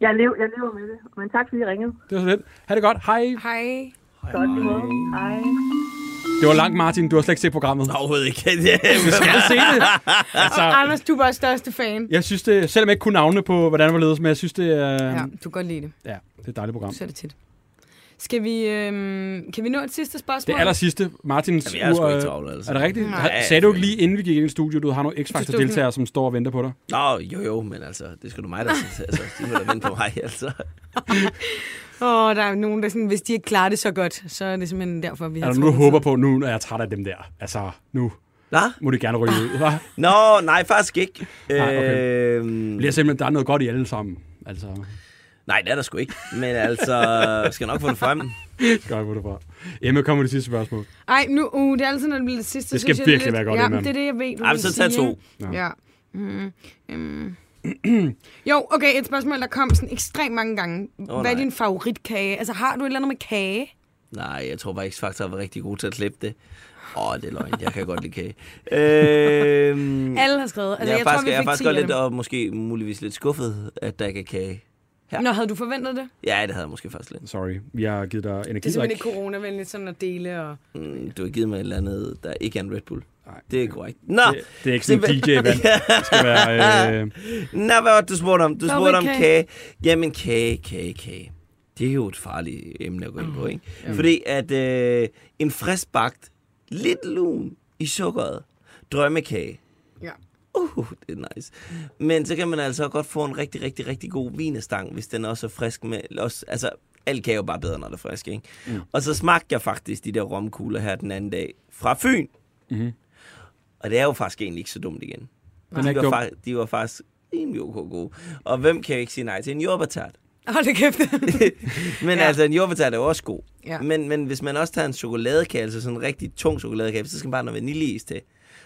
[SPEAKER 7] Jeg lever, jeg lever med det. Men tak, fordi I ringede.
[SPEAKER 3] Det var så lidt. Ha' det godt. Hej.
[SPEAKER 4] Hej.
[SPEAKER 7] Godt i måde. Hej.
[SPEAKER 3] Det var langt, Martin. Du har slet ikke set programmet.
[SPEAKER 5] Overhovedet ikke. [LAUGHS] Ja,
[SPEAKER 3] Du skal se det.
[SPEAKER 4] Og
[SPEAKER 3] Altså,
[SPEAKER 4] Anders, du er vores største fan.
[SPEAKER 3] jeg synes det, selvom jeg ikke kunne navne på, hvordan det var ledes, men jeg synes det er... Øh,
[SPEAKER 4] Ja,
[SPEAKER 3] ja.
[SPEAKER 4] du kan godt lide det.
[SPEAKER 3] ja, det er et dejligt program.
[SPEAKER 4] Så er det tit. Skal vi, øhm, kan vi nå et sidste spørgsmål?
[SPEAKER 3] Det aller sidste, Martins
[SPEAKER 5] Jamen, jeg er sgu
[SPEAKER 3] ur,
[SPEAKER 5] ikke
[SPEAKER 3] øh,
[SPEAKER 5] travl, altså.
[SPEAKER 3] Er det rigtigt?
[SPEAKER 4] Nej.
[SPEAKER 3] Har, sagde du ikke lige, inden vi gik ind i studiet, du har nogle X-Factor-deltagere, som står og venter på dig?
[SPEAKER 5] Nå, jo jo, men altså, det skal du mig, der synes. [LAUGHS] Altså, de må da vente på mig, altså.
[SPEAKER 4] Åh, oh, der er nogen, der sådan, hvis de ikke klarer det så godt, så er det simpelthen derfor, vi har
[SPEAKER 3] Altså, nu
[SPEAKER 4] trukket
[SPEAKER 3] håber
[SPEAKER 4] tiden.
[SPEAKER 3] på, nu er jeg træt af dem der. Altså, nu
[SPEAKER 5] Nå?
[SPEAKER 3] må de gerne ryge ud.
[SPEAKER 4] [LAUGHS]
[SPEAKER 3] hva'?
[SPEAKER 5] Nå, nej, faktisk ikke.
[SPEAKER 3] Nej, okay.
[SPEAKER 5] Øhm,
[SPEAKER 3] Bliver simpelthen, der er noget godt i alle sammen. Altså,
[SPEAKER 5] nej, det er der sgu ikke. Men altså, jeg skal nok få det frem.
[SPEAKER 3] godt hvor du fra. Emma, kommer det sidste spørgsmål.
[SPEAKER 4] Ej, nu, uh, det er altid, når det bliver det sidste.
[SPEAKER 3] Det
[SPEAKER 4] så
[SPEAKER 3] skal
[SPEAKER 4] synes jeg,
[SPEAKER 3] virkelig
[SPEAKER 4] lidt-
[SPEAKER 3] være godt,
[SPEAKER 4] ja,
[SPEAKER 3] Emma.
[SPEAKER 4] det er det, jeg ved, du
[SPEAKER 5] Ej,
[SPEAKER 4] vil
[SPEAKER 5] så tag
[SPEAKER 4] sige,
[SPEAKER 5] to.
[SPEAKER 4] ikke? Ja. Mm, mm. Jo, okay, et spørgsmål, der kom sådan ekstremt mange gange. Hvad er
[SPEAKER 5] nej. Mm.
[SPEAKER 4] din favoritkage? Altså, har du et eller andet med kage?
[SPEAKER 5] Nej, jeg tror bare, X-Factor var rigtig god til at klippe det. Åh, det er løgn. Jeg kan godt lide kage. Øhm,
[SPEAKER 4] Alle har skrevet. Altså,
[SPEAKER 5] jeg,
[SPEAKER 4] jeg
[SPEAKER 5] er
[SPEAKER 4] tror,
[SPEAKER 5] faktisk,
[SPEAKER 4] vi
[SPEAKER 5] jeg er
[SPEAKER 4] fik
[SPEAKER 5] faktisk
[SPEAKER 4] 10
[SPEAKER 5] godt
[SPEAKER 4] af
[SPEAKER 5] lidt,
[SPEAKER 4] dem.
[SPEAKER 5] og måske muligvis lidt skuffet, at der ikke er kage. Ja.
[SPEAKER 4] Nå, havde du forventet det?
[SPEAKER 5] Ja, det havde jeg måske faktisk lidt.
[SPEAKER 3] Sorry, vi har givet dig energi.
[SPEAKER 4] Det er simpelthen ikke coronavenligt sådan at dele. Og...
[SPEAKER 5] Mm, du har givet mig et eller andet, der ikke er en Red Bull.
[SPEAKER 3] Nej.
[SPEAKER 5] Det er korrekt. Nå,
[SPEAKER 3] Det, det er ikke sådan en DJ-event. Det skal være... Øh,
[SPEAKER 5] Nå, hvad var det, du spurgte om? Du
[SPEAKER 4] Nå,
[SPEAKER 5] spurgte
[SPEAKER 4] men
[SPEAKER 5] om
[SPEAKER 4] kage.
[SPEAKER 5] kage. Jamen, kage, kage, kage. Det er jo et farligt emne at gå ind på, ikke? Mm. Fordi at øh, en friskbagt, lidt lun i sukkeret, drømmekage.
[SPEAKER 4] Ja.
[SPEAKER 5] Uh, det er nice. Men så kan man altså godt få en rigtig, rigtig, rigtig god vinestang, hvis den også er frisk med... Også, altså, alt kage er jo bare bedre, når det er frisk, ikke? Mm. Og så smagte jeg faktisk de der romkugler her den anden dag fra Fyn.
[SPEAKER 3] Mhm.
[SPEAKER 5] Og det er jo faktisk egentlig ikke så dumt igen.
[SPEAKER 3] den er
[SPEAKER 5] De
[SPEAKER 3] ikke
[SPEAKER 5] var,
[SPEAKER 3] dum.
[SPEAKER 5] fa- de var faktisk rimelig ok gode. Og hvem kan ikke sige nej til en jordbærtart?
[SPEAKER 4] Hold da kæft.
[SPEAKER 5] [LAUGHS] Men
[SPEAKER 4] Ja.
[SPEAKER 5] ja. altså, en jordbærtart er jo også god.
[SPEAKER 4] Ja.
[SPEAKER 5] Ja. Men, men hvis man også tager en chokoladekage, altså sådan en rigtig tung chokoladekage, så skal man bare have noget vaniljeis til.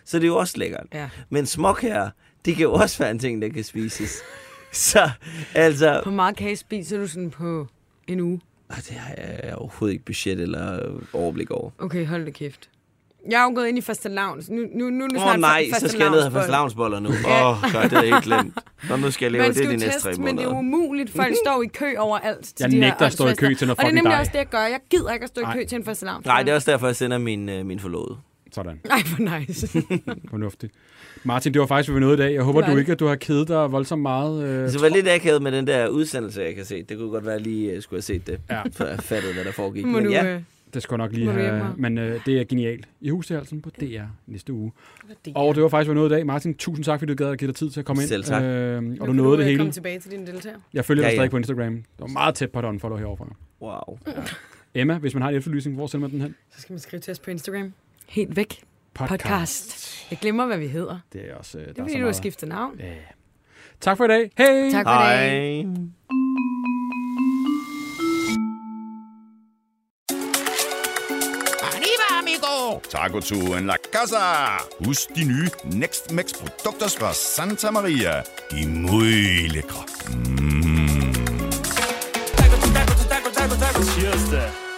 [SPEAKER 5] Så det er jo også lækkert.
[SPEAKER 4] Ja.
[SPEAKER 5] Men småkager, det kan jo også være en ting, der kan spises. [LAUGHS] så altså...
[SPEAKER 4] [LAUGHS] Hvor meget kage spiser du sådan på en uge?
[SPEAKER 5] Ah, Det har jeg overhovedet ikke budget eller overblik over.
[SPEAKER 4] Okay, hold da kæft. Jeg er jo gået ind i faste lavn. Nu, nu, nu er det
[SPEAKER 5] Åh
[SPEAKER 4] snart
[SPEAKER 5] oh, nej,
[SPEAKER 4] faste
[SPEAKER 5] så skal jeg ned og have fastelavnsboller nu. Åh, oh, det havde jeg ikke glemt. Nå, nu skal jeg leve
[SPEAKER 4] Man
[SPEAKER 5] det
[SPEAKER 4] skal
[SPEAKER 5] de
[SPEAKER 4] jo
[SPEAKER 5] næste
[SPEAKER 4] teste,
[SPEAKER 5] tre
[SPEAKER 4] men det er
[SPEAKER 5] måneder. Mm-hmm.
[SPEAKER 4] umuligt. Folk står i kø overalt til
[SPEAKER 3] Jeg
[SPEAKER 4] de her
[SPEAKER 3] nægter at stå i kø
[SPEAKER 4] åndsfester.
[SPEAKER 3] til noget
[SPEAKER 4] Og det er
[SPEAKER 3] fucking
[SPEAKER 4] nemlig
[SPEAKER 3] dej.
[SPEAKER 4] også det, jeg gør. Jeg gider ikke at stå i
[SPEAKER 3] Nej.
[SPEAKER 4] kø til en faste lavn.
[SPEAKER 5] Nej, det er også derfor, jeg sender min, øh, min forlovede.
[SPEAKER 3] sådan,
[SPEAKER 4] Nej, hvor
[SPEAKER 5] [LAUGHS]
[SPEAKER 4] nice.
[SPEAKER 3] fornuftigt. Martin, det var faktisk, hvad vi nåede i dag. Jeg håber
[SPEAKER 4] Det var
[SPEAKER 3] du
[SPEAKER 4] det.
[SPEAKER 3] ikke, at du har kedet dig voldsomt meget. Øh,
[SPEAKER 5] Så det var lidt akavet med den der udsendelse, jeg kan se. Det kunne godt være, at jeg lige øh, skulle have set det,
[SPEAKER 3] Ja.
[SPEAKER 5] ja. før jeg fattede, hvad der foregik.
[SPEAKER 4] Må
[SPEAKER 5] Men
[SPEAKER 4] du, øh,
[SPEAKER 5] ja,
[SPEAKER 4] ja.
[SPEAKER 3] det skal jeg nok lige
[SPEAKER 4] Må du hjælpe
[SPEAKER 3] have.
[SPEAKER 4] mig?
[SPEAKER 3] Men øh, det er genialt. I husstærelsen på DR næste uge. Og det var faktisk, hvad vi nåede i dag. Martin, tusind tak, fordi du gad at give dig tid til at komme ind.
[SPEAKER 5] Selv tak.
[SPEAKER 3] Øh, og du nåede det hele.
[SPEAKER 4] Kom tilbage til dine deltagere.
[SPEAKER 3] Jeg følger
[SPEAKER 5] Ja,
[SPEAKER 3] dig
[SPEAKER 5] ja.
[SPEAKER 3] stadig på Instagram. Det var meget tæt på et unfollow herovre.
[SPEAKER 5] wow.
[SPEAKER 3] Emma, hvis man har en efterlysning, hvor sender man den hen?
[SPEAKER 4] Så skal man skrive til os på Instagram. Helt væk. Podcast. Jeg glemmer, hvad vi hedder.
[SPEAKER 3] Det er også... Øh,
[SPEAKER 4] Det er fordi, du har skiftet navn.
[SPEAKER 3] Tak for i dag. Hej!
[SPEAKER 4] Tak for det.
[SPEAKER 5] Hej.
[SPEAKER 2] Tacoturen La Casa. Husk de nye Next Max produkter fra Santa Maria. De er meget lækre. Mm.
[SPEAKER 10] Cheers da.